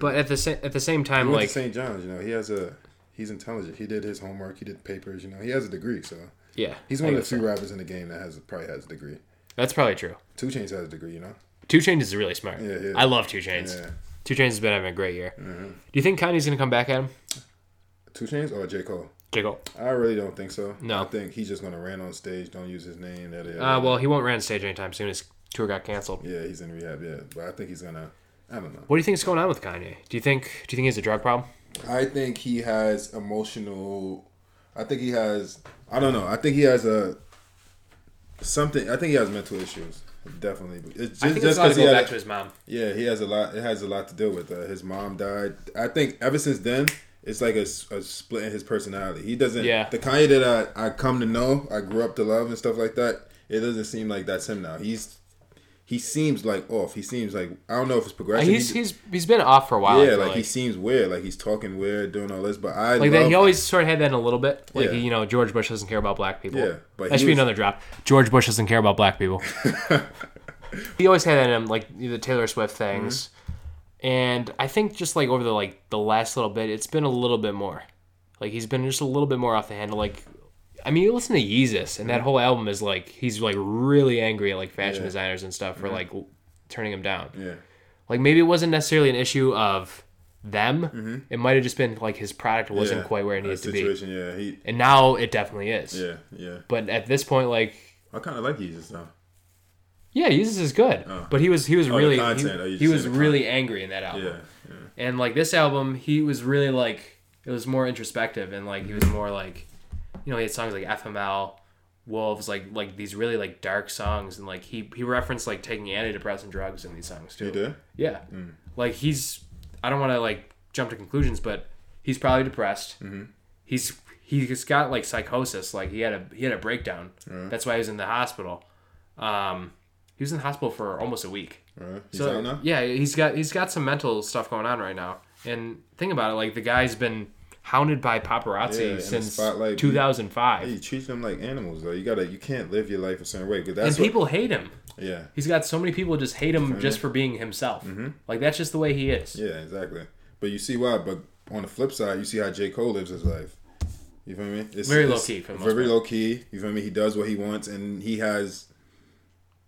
but at the sa- at the same He time, went like to St. John's. You know, he has a. He's intelligent. He did his homework. He did papers. You know, he has a degree. So yeah, he's I one of the guess few so. rappers in the game that has probably has a degree. That's probably true. Two Chainz has a degree. You know. Two Chainz is really smart. Yeah, yeah. I love Two Chainz. Yeah. Mm-hmm. Two Chainz has been having a great year. Do you think Kanye's gonna come back at him? Two Chainz or J Cole? Jiggle. I really don't think so. No. I think he's just gonna rant on stage. Don't use his name. That is. Uh, well, he won't run stage anytime soon. His tour got canceled. Yeah, he's in rehab. Yeah, but I think he's gonna. I don't know. What do you think's going on with Kanye? Do you think do you think he has a drug problem? I think he has emotional. I think he has. I don't know. I think he has a something. I think he has mental issues. Definitely. It's just, I think it's just going to 'cause he go had back a- to his mom. Yeah, he has a lot. It has a lot to deal with. Uh, his mom died. I think ever since then, it's like a, s- a split in his personality. He doesn't. Yeah. The Kanye that I I come to know, I grew up to love and stuff like that. It doesn't seem like that's him now. He's he seems like off. He seems like I don't know if it's progression. He's He- he's he's been off for a while. I yeah, feel like, he seems weird. Like he's talking weird, doing all this. But I Like love, that, he always sort of had that in a little bit. Like Yeah. you know, George Bush doesn't care about black people. Yeah, but that he should be was- another drop. George Bush doesn't care about black people. he always had that in him, like the Taylor Swift things. Mm-hmm. And I think just like over the like the last little bit, it's been a little bit more. Like he's been just a little bit more off the handle. Like, I mean, you listen to Yeezus, Mm-hmm. and that whole album is like he's like really angry at like fashion designers and stuff for like l- turning him down yeah, like maybe it wasn't necessarily an issue of them. It might have just been like his product wasn't Mm-hmm. yeah. quite where it needed That to be, situation, Yeah, he. and now it definitely is. Yeah, yeah. But at this point, like I kind of like Jesus though. yeah, Jesus is good, but he was he was the really content. Oh, he, you he just was said the really angry in that album, Yeah, yeah. and like this album, he was really like it was more introspective and like he Mm-hmm. was more like you know he had songs like FML. Wolves, like like these really like dark songs, and like he he referenced like taking antidepressant drugs in these songs too. He did. Yeah. Mm-hmm. Like he's I don't want to like jump to conclusions, but he's probably depressed. Mm-hmm. He's he's got like psychosis. Like he had a he had a breakdown. Mm-hmm. That's why he was in the hospital. Um, he was in the hospital for almost a week. Right. He's So out now. yeah, he's got he's got some mental stuff going on right now. And think about it, like the guy's been hounded by Yeah, in paparazzi the since spotlight. 2005, He treats them like animals though. You gotta. You can't live your life a certain way because and that's what. people hate him. yeah. He's got so many people just hate him just for being himself. Like that's just the way he is. Mm-hmm. Yeah, exactly. But you see why. But on the flip side, you see how J Cole lives his life. You feel me? It's, Very it's low-key for the most Very part. low key. You feel me? He does what he wants, and he has.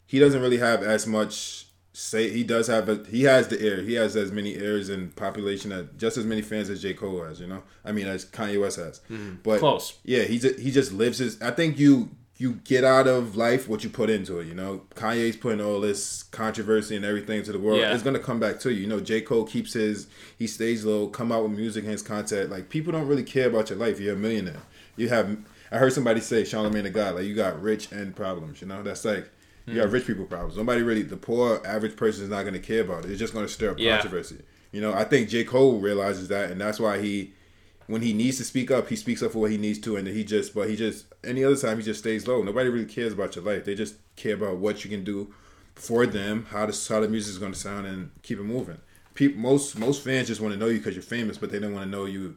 He doesn't really have as much say. He does have a. He has the air. He has as many airs and population that just as many fans as J Cole has. You know. I mean, as Kanye West has. But Mm-hmm. Close. Yeah, he just, he just lives his. I think you you get out of life what you put into it. You know, Kanye's putting all this controversy and everything to the world. Yeah. It's gonna come back to you. You know, J Cole keeps his he stays low, come out with music and his content. Like people don't really care about your life. You're a millionaire. You have. I heard somebody say Charlemagne the God. Like you got rich and problems. You know, that's like. You Hmm. got rich people problems. Nobody really, the poor average person is not going to care about it. It's just going to stir up Yeah. controversy. You know, I think J. Cole realizes that, and that's why he when he needs to speak up, he speaks up for what he needs to, and he just, but he just, any other time, he just stays low. Nobody really cares about your life. They just care about what you can do for them, how the how the music is going to sound, and keep it moving. People, most most fans just want to know you because you're famous, but they don't want to know you,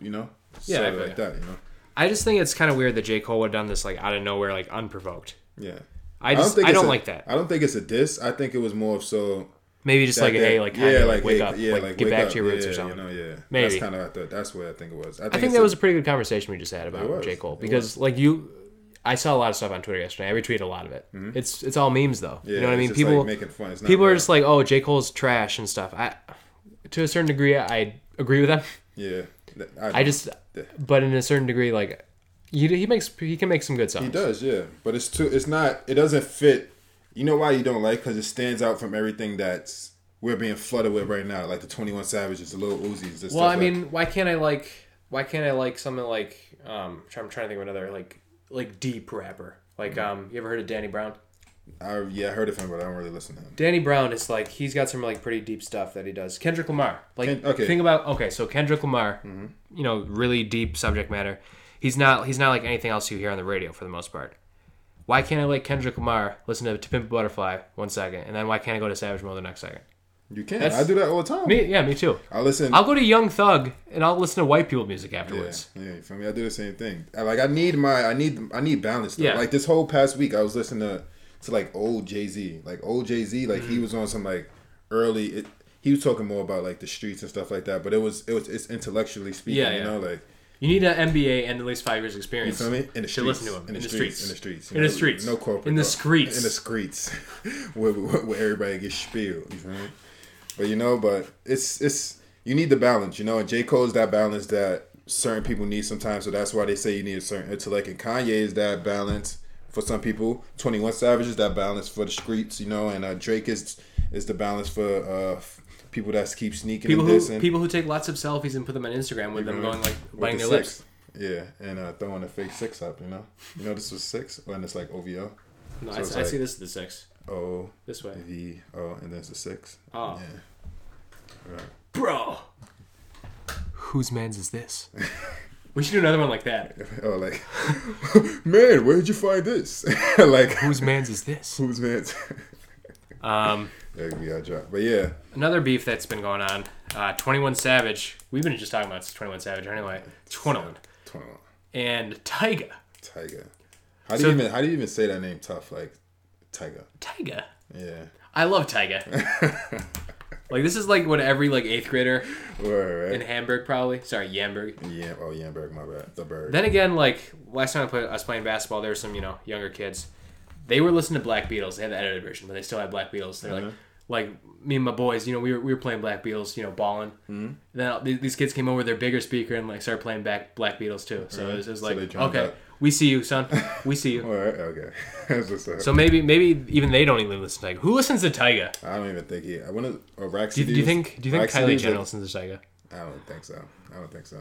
you know, Yeah, sort I of feel like that, you know, I just think it's kind of weird that J Cole would have done this like out of nowhere, like unprovoked. yeah. I just I don't, it's a- like that. I don't think it's a diss. I think it was more of so Maybe just that- like a that- hey, like Kanye, like, wake hey, up, like, get wake back up. to your roots Yeah, or something. You know, yeah, Maybe. that's kind of I thought that's what I think it was. I think it's that a- was a pretty good conversation we just had about was. J Cole It because like you, I saw a lot of stuff on Twitter yesterday. I retweeted a lot of it. It's it's all memes though. you know what I Mm-hmm. mean? it's just, like, People making fun. It's not people are real. just like, oh, J Cole's trash and stuff. I to a certain degree, I agree with them. yeah. Th- I just, but in a certain degree, like he he makes he can make some good songs. He does, yeah. But it's too. It's not. It doesn't fit. You know why you don't like? Because it stands out from everything that's we're being flooded with right now, like the Twenty One Savages, the Little Uzis. this Well, I stuff like- mean, why can't I like why can't I like something like um I'm trying to think of another like like deep rapper. Like Mm-hmm. um you ever heard of Danny Brown? I, yeah, I heard of him, but I don't really listen to him. Danny Brown is like he's got some like pretty deep stuff that he does. Kendrick Lamar. Like Ken- okay. Mm-hmm. think about okay, so Kendrick Lamar, you know, really deep subject matter. He's not he's not like anything else you hear on the radio for the most part. Why can't I like Kendrick Lamar listen to To Pimp a Butterfly one second, and then why can't I go to Savage Mode the next second? You can. That's- I do that all the time. Me, yeah, me too. I listen. I'll go to Young Thug and I'll listen to white people music yeah, afterwards. yeah, you feel me? I do the same thing. I, like I need my, I need, I need balance. Though. Yeah. Like this whole past week, I was listening to, to like old Jay Z, like old Jay Z, like Mm. he was on some like early. It, he was talking more about like the streets and stuff like that, but it was, it was, it's intellectually speaking, Yeah, you yeah. know, like You need an MBA and at least five years experience. You feel me? In the to streets. listen to him. In, the streets. In the streets. In the streets. No corporate. In the no. streets. In the streets. where, where, where everybody gets spilled. You feel me? But you know, but it's it's you need the balance. You know, and J Cole is that balance that certain people need sometimes. So that's why they say you need a certain intellect. And Kanye is that balance for some people. Twenty One Savage is that balance for the streets. You know, and uh, Drake is is the balance for uh, f- people that keep sneaking people and dissing. who people who take lots of selfies and put them on Instagram with them going like With biting the their six. lips. Yeah, and uh, throwing a fake six up, you know. You know this was six, and it's like OVO, No, So I, it's I see like- this as the six. O This way. V O, and then it's a six. Oh. Yeah. Bro. Whose man's is this? we should do another one like that. Oh, like, man, where did you find this? like, Whose man's is this? who's man's? Um, that could be our drop, but yeah, another beef that's been going on. Uh, 21 Savage. We've been just talking about 21 Savage anyway. 21. twenty-one And Tyga. Tiger. How do you even how do you even say that name tough like Tiger? Tyga. Yeah, I love Tyga. like this is like what every like eighth grader Word, in right? Hamburg probably. Sorry, Yamburg. Yeah. Oh, Yamberg, my bad. The bird. Then again, like last time I, played, I was playing basketball, there were some you know younger kids. They were listening to Black Beatles. They had the edited version, but they still had Black Beatles. They're Uh-huh. like, like me and my boys, you know, we were, we were playing Black Beatles, you know, balling. Mm-hmm. Then th- these kids came over with their bigger speaker and like started playing back Black Beatles too. So it was, it was So they like, joined okay, up. we see you, son, we see you. All right. Okay. That's what's up. So maybe maybe even they don't even listen to Tyga. Who listens to Tyga? I don't even think he. I oh, want to. Or Raxides, Do, you- do you think do you think Kylie Raxides Jenner or- listens to Tyga? I don't think so. I don't think so.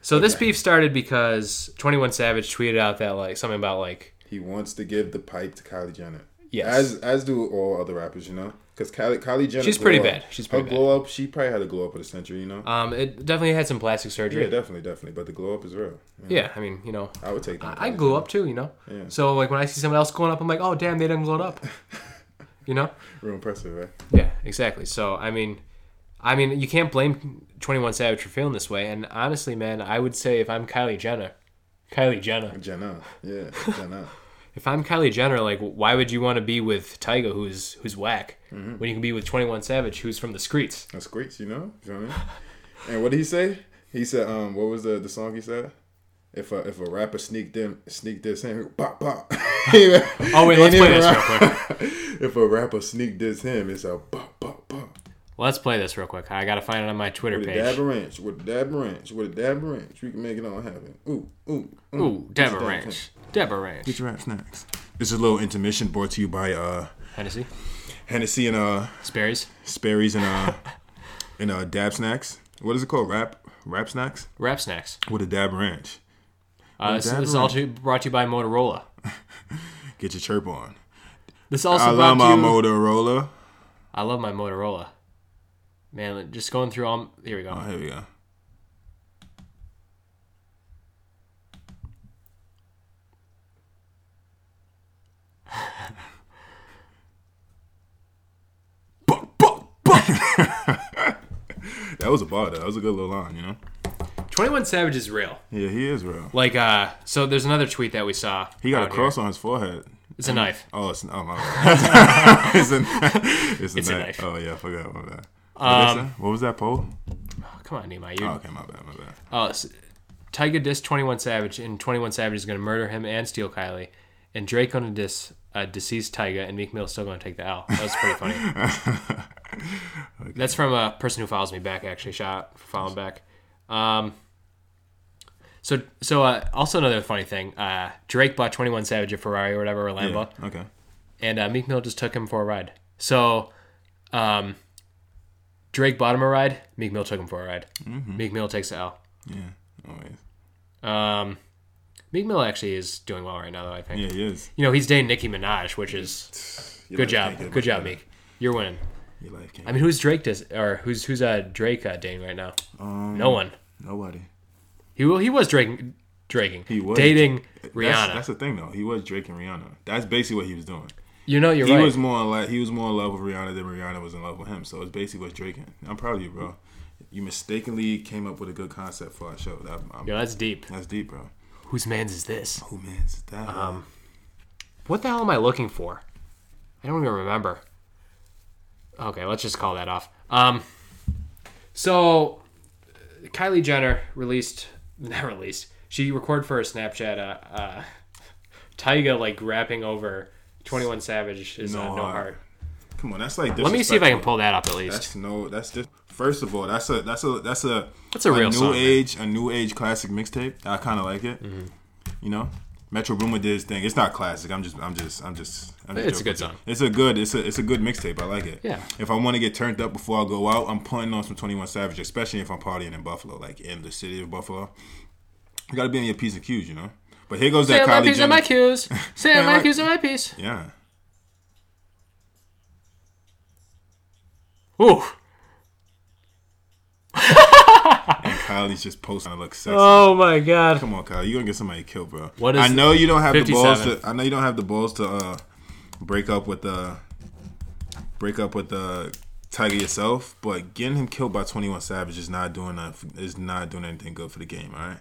So this beef started because Twenty One Savage tweeted out that like something about like He wants to give the pipe to Kylie Jenner. Yes. As as do all other rappers, you know, because Kylie Kylie Jenner. She's glow pretty up- bad. She's her pretty bad. glow up. She probably had a glow up of the century, you know. um it definitely had some plastic yeah, surgery. definitely, definitely. But the glow up is real. you know. Yeah, I mean, you know, I would take that. I I glow up too, you know. Yeah. So like when I see someone else glowing up, I'm like, oh damn, they done glowed up. You know? Real impressive, right? Yeah, exactly. So I mean, I mean, you can't blame Twenty One Savage for feeling this way. And honestly, man, I would say if I'm Kylie Jenner, Kylie Jenner, Jenner. Yeah, Jenner. if I'm Kylie Jenner, like, why would you want to be with Tyga, who's who's whack, Mm-hmm. when you can be with Twenty One Savage, who's from the streets? That's great, you know. You know what I mean? And what did he say? He said, um, what was the the song he said? If a if a rapper sneaked them sneaked this in, pop pop. oh Oh wait, let's play this real quick. if a rapper sneak diss him, it's a bop bop bop. Let's play this real quick. I gotta find it on my Twitter With a page. dab ranch, with a dab ranch, with a dab ranch, we can make it all happen. Ooh, ooh, Ooh, Deborah Dab Ranch. Ranch. Deborah Ranch. Get your rap snacks. This is a little intermission brought to you by uh Hennessy. Hennessy and uh Sperry's. Sperry's and uh and uh Dab Snacks. What is it called? Rap Rap Snacks Wrap snacks. with a Dab Ranch. Uh, this, Dab this is all Ranch. to, brought to you by Motorola. Get your chirp on. This also I love brought my to you. Motorola. I love my Motorola. Man, just going through all. Here we go. Oh, here we go. Buck, buck, buck. that was a bar. Though. That was a good little line, you know. Twenty One Savage is real. Yeah, he is real. Like, uh, so there's another tweet that we saw. He got a out here. cross on his forehead. It's a knife. Oh, it's oh my. bad. it's a, it's a, It's a knife. Um, knife. Oh yeah, I forgot. My bad. What, did I say? what was that poll? Oh, come on, Nima. You're, Oh, okay, my bad, my bad. Oh, s Tyga dissed 21 Savage, and 21 Savage is going to murder him and steal Kylie. And Drake going to diss uh, deceased Tyga, and Meek Mill still going to take the L. That was pretty funny. That's from a person who follows me back, actually. Shout out for following back. Um, so, so uh, also another funny thing uh, Drake bought 21 Savage a Ferrari or whatever, or Lambo, Yeah, okay. and uh, Meek Mill just took him for a ride. So, um, Drake bought him a ride, Meek Mill took him for a ride. Meek Mill takes the L. Yeah. Always. Um, Meek Mill actually is doing well right now, though. I think. Yeah, he is. You know, he's dating Nicki Minaj, which is Your good life job. can't get Good much job, better. Meek. You're winning. Your life can't. I mean, who's Drake does or who's who's uh Drake uh, dating right now? um, No one. Nobody. He well, he was Drake, Draking. He was. dating Rihanna. That's, that's the thing, though. He was Drake and Rihanna. That's basically what he was doing. you know, you're He right. was more like he was more in love with Rihanna than Rihanna was in love with him. So it's basically what Drake. and- I'm proud of you, bro. You mistakenly came up with a good concept for our show. That, I'm, Yo, that's deep. That's deep, bro. Whose man's is this? Who man is that? Um, What the hell am I looking for? I don't even remember. Okay, let's just call that off. Um, so uh, Kylie Jenner released, not released. She recorded for a Snapchat. Uh, uh, Tyga like rapping over Twenty One Savage is No uh, no Heart. heart. Come on, that's like. Let me see if I can disrespectful. pull that up at least. That's no. That's just. First of all, that's a that's a that's a That's a real new song, man. Mm-hmm. age a new age classic mixtape. I kind of like it. You know, Metro Boomin did his thing. It's not classic. I'm just I'm just I'm just. I'm just It's a joking. good song. It's a good it's a it's a good mixtape. I like it. Yeah. If I want to get turned up before I go out, I'm putting on some Twenty One Savage, especially if I'm partying in Buffalo, like in the city of Buffalo. You got to be in your P's and Q's, you know. But here goes Say that my Kylie piece and Jenner. my cues. Say Yeah, my like- cues and my piece. yeah. Ooh. And Kylie's just posting. I look sexy. Oh my god. Come on, Kyle. You're gonna get somebody killed, bro. What is I know you don't have the 57? balls to. I know you don't have the balls to uh, break up with the break up with the Tiger yourself, but getting him killed by 21 Savage is not doing a, is not doing anything good for the game. All right.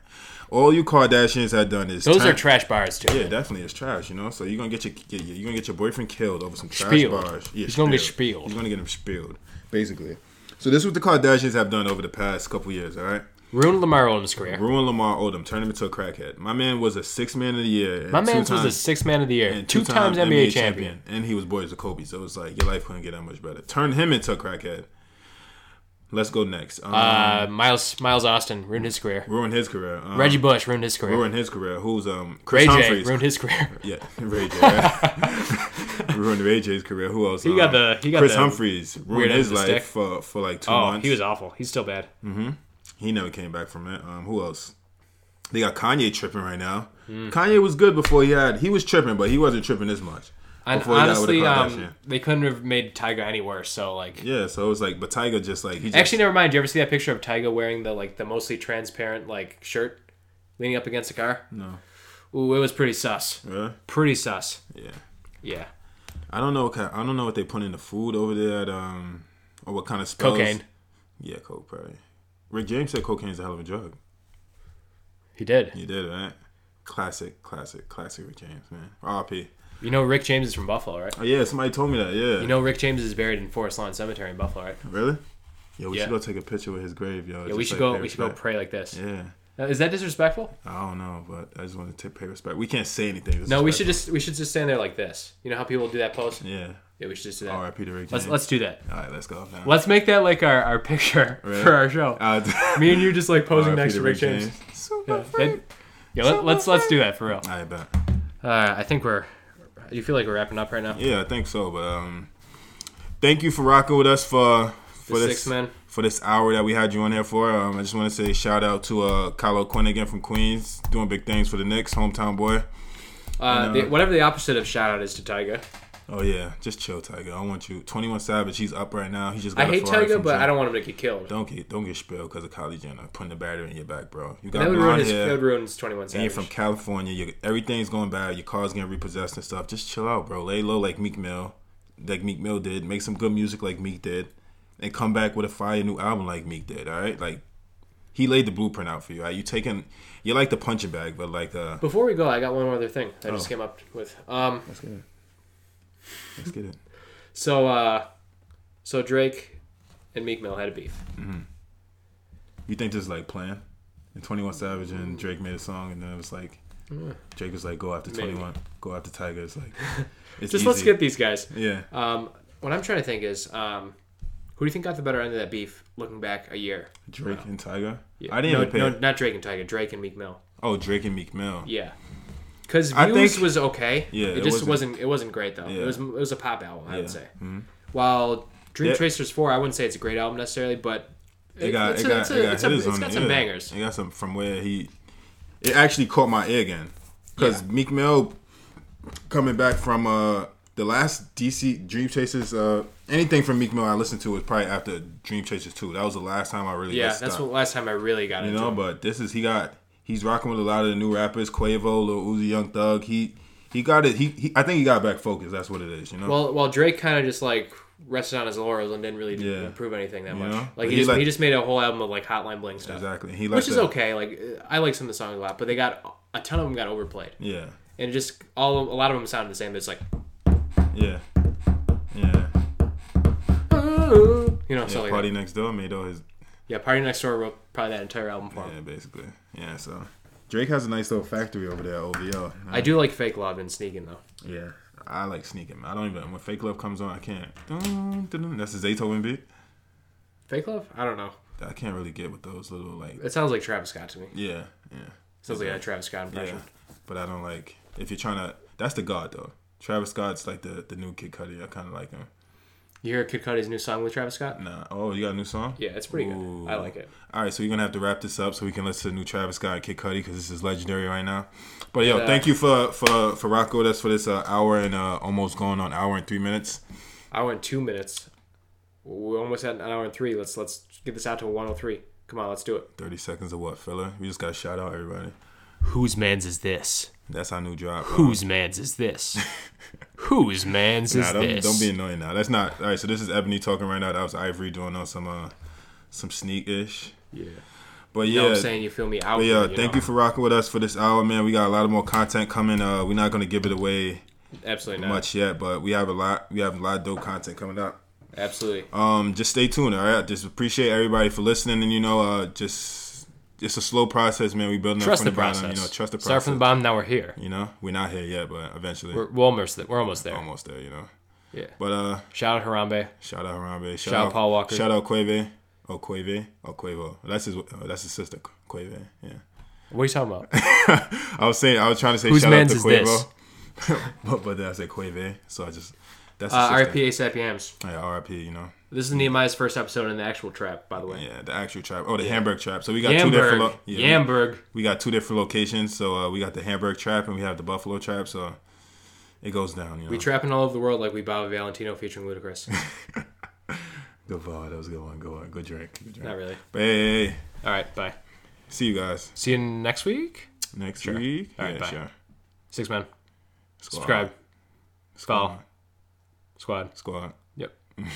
All you Kardashians have done is Those are turn- trash bars too. Yeah, definitely, it's trash. You know, so you're gonna get your get- you're gonna get your boyfriend killed over some trash Spieled. bars. Yeah, He's gonna get spieled. He's gonna get him spilled, basically. So this is what the Kardashians have done over the past couple years. All right. Ruined Lamar Odom's career. Ruin Lamar Odom, turn him into a crackhead. My man was a six man of the year. and My two man's was times- the sixth man of the year, and two, times time NBA, champion. and he was boys of Kobe. So it's like your life couldn't get that much better. Turn him into a crackhead. Let's go next. Um, Uh, Miles Miles Austin ruined his career. ruin his career. Um, Reggie Bush ruined his career. ruin his career. Who's um Ray Chris J Humphries? ruined his career. yeah, Ray J. right? ruined Ray J's career. Who else? He got the- he got Chris the Humphries weird ruined end his of the life stick. for for like two Oh, months. he was awful. He's still bad. He never came back from it. Um, who else? They got Kanye tripping right now. Kanye was good before he had. He was tripping, but he wasn't tripping this much. And Before he got with the honestly, Kardashian. um, they couldn't have made Tyga any worse. So like, Yeah, so it was like, but Tiger just like he just, actually, never mind. Did you ever see that picture of Tyga wearing the like the mostly transparent like shirt, leaning up against the car? No. Ooh, it was pretty sus. Really? Pretty sus. Yeah, Yeah. I don't know. What kind, I don't know what they put in the food over there. At, um, or what kind of spells. Cocaine. Yeah, coke probably. Rick James said cocaine's a hell of a drug. He did. You did right. Classic, classic, classic Rick James, man. R.P. You know, Rick James is from Buffalo, right? Oh yeah, somebody told me that. Yeah. You know, Rick James is buried in Forest Lawn Cemetery in Buffalo, right? really? Yeah, we Yeah. should go take a picture with his grave, yo. Yeah, we should go. We should go pray like this. Yeah. Uh, Is that disrespectful? I don't know, but I just want to pay respect. We can't say anything. No, we should just we should just stand there like this. You know how people do that pose? Yeah. Yeah, we should just do that. R.I.P. to Rick James. Let's let's do that. All right, let's go. Now. Let's make that like our, our picture Really? for our show. Uh, Me and you just like posing R.I.P. next to Rick James. Yeah, that- yeah, let, let's let's do that for real. I bet. Uh, I think we're. You feel like we're wrapping up right now? Yeah, I think so. But um, thank you for rocking with us for for The this six men. for this hour that we had you on here for. Um, I just want to say shout out to uh Kylo Quinn from Queens, doing big things for the Knicks, hometown boy. Uh, the, whatever the opposite of shout out is to Tyga. Oh yeah, just chill, Tiger. I want you. Twenty One Savage, he's up right now. He just I got a hate Ferrari Tyga, from but I Jen- don't want him to get killed. Don't get don't get spilled because of Kylie Jenner putting the battery in your back, bro. You got That would ruin blonde his. That hair. would ruin his twenty one And savage. you're from California. you everything's going bad. Your car's getting repossessed and stuff. Just chill out, bro. Lay low like Meek Mill, like Meek Mill did. Make some good music like Meek did, and come back with a fire new album like Meek did. All right, like he laid the blueprint out for you. All right? You taking you're like the punching bag, but like uh, Before we go, I got one more other thing I Oh. just came up with. Um, let's get it. Let's get it. so uh, so Drake and Meek Mill had a beef. You think this is like playing? And Twenty One Savage and Drake made a song, and then it was like Drake was like, "Go after Maybe. Twenty One, go after Tiger." It's like it's Just let's easy. get these guys. yeah. Um, what I'm trying to think is, um, who do you think got the better end of that beef? Looking back a year, Drake and Tiger. Yeah. I didn't no, even pay. no, not Drake and Tyga. Drake and Meek Mill. Oh, Drake and Meek Mill. Yeah, because I views think- was okay. Yeah, it it just wasn't- wasn't. It wasn't great though. It Yeah. was. It was a pop album, I Yeah. Mm-hmm. would say. While Dream Yeah. Tracers Four, I wouldn't say it's a great album necessarily, but It got it's it a- got it's it a- got it's a- hitters it's on got it, some yeah. bangers. It got some from where he. It actually caught my ear again, because Meek Mill coming back from uh the last DC Dream Chasers uh anything from Meek Mill I listened to was probably after Dream Chasers two. That was the last time I really yeah, listened that's to- what last time I really got you into. know. it. But this is he got he's rocking with a lot of the new rappers Quavo, Lil Uzi, Young Thug. He he got it. He, he I think he got back focused. That's what it is. You know. Well, while Drake kind of just like rested on his laurels and didn't really do- Yeah. improve anything that You much. know? Like But he, he just, like- he just made a whole album of like Hotline Bling stuff, exactly. He which liked is that- okay. Like uh, I like some of the songs a lot, but they got a ton of them got overplayed, Yeah. and it just all a lot of them sounded the same. It's like Yeah. Yeah. "Ooh," "Uh," you know, Yeah, something like Party that. next door made all his Yeah, Party Next Door wrote probably that entire album for him. Yeah, basically. Yeah, so Drake has a nice little factory over there, OVO. I do like Fake Love and Sneaking though. yeah. I like sneaking. I don't even when Fake Love comes on, I can't. Dun, dun, dun. That's the Zaytoven beat. Fake Love? I don't know. I can't really get with those little like. It sounds like Travis Scott to me. Yeah, yeah, Sounds like a Travis Scott yeah. impression. But I don't like if you're trying to. That's the God though. Travis Scott's like the the new Kid Cudi. I kind of like him. You hear Kid Cudi's new song with Travis Scott? Nah. Oh, you got a new song? Yeah, it's pretty Ooh. good. I like it. All right, so we're gonna have to wrap this up so we can listen to new Travis Scott and Kid Cudi because this is legendary right now. But yo, Yeah. thank you for for for rocking with us for this uh, hour and uh, almost going on hour and three minutes. I went two minutes. We're almost at an hour and three. Let's let's get this out to 103. Come on, let's do it. Thirty seconds of what filler? We just gotta shout out everybody. Whose man's is this? That's our new drop. bro. Whose man's is this? Whose man's Nah, don't, don't be annoying now. That's not all right. So this is Ebony talking right now. That was Ivory doing on some uh some sneak ish. yeah. But You yeah, know what I'm saying? You feel me out. But yeah, here, you thank know? you for rocking with us for this hour, man. We got a lot of more content coming. Uh, we're not gonna give it away Absolutely not. much yet, but we have a lot. We have a lot of dope content coming up. Absolutely. Um, just stay tuned. All right, just appreciate everybody for listening, and you know, uh, just it's a slow process, man. We building trust up from the the, bottom. process. You know, trust the process. Start from the bottom. Now we're here. You know, we're not here yet, but eventually, We're, we're almost there. We're almost there. almost there. You know, Yeah. but uh, Shout out Harambe. shout out Harambe. Shout, out Paul Walker. Shout out Quave. Oh, Quave. Oh, Quavo. That's his. Uh, that's his sister, Quave. Yeah. What are you talking about? I was saying. I was trying to say Whose shout out man's to is this? Quavo. but, but then I said Quave, so I just that's his Uh, sister. RIP ASAP Yams. Yeah, R.I.P. You know. This is Nehemiah's first episode in the actual trap, by the way. Yeah, the actual trap. Oh, the Hamburg trap. So we got two Yamberg. different. Lo- yeah, we- Yamberg. we got two different locations. So uh, we got the Hamburg trap and we have the Buffalo trap. So it goes down. You know. We trapping all over the world like we Bobby Valentino featuring Ludacris. good vibe. That was a good one. Good one. Good drink. Good drink. Not really. But hey, hey, hey. All right. Bye. see you guys See you next week. next week. All right, bye. Six man. Squad. Subscribe. Follow. Squad. Squad. Yep.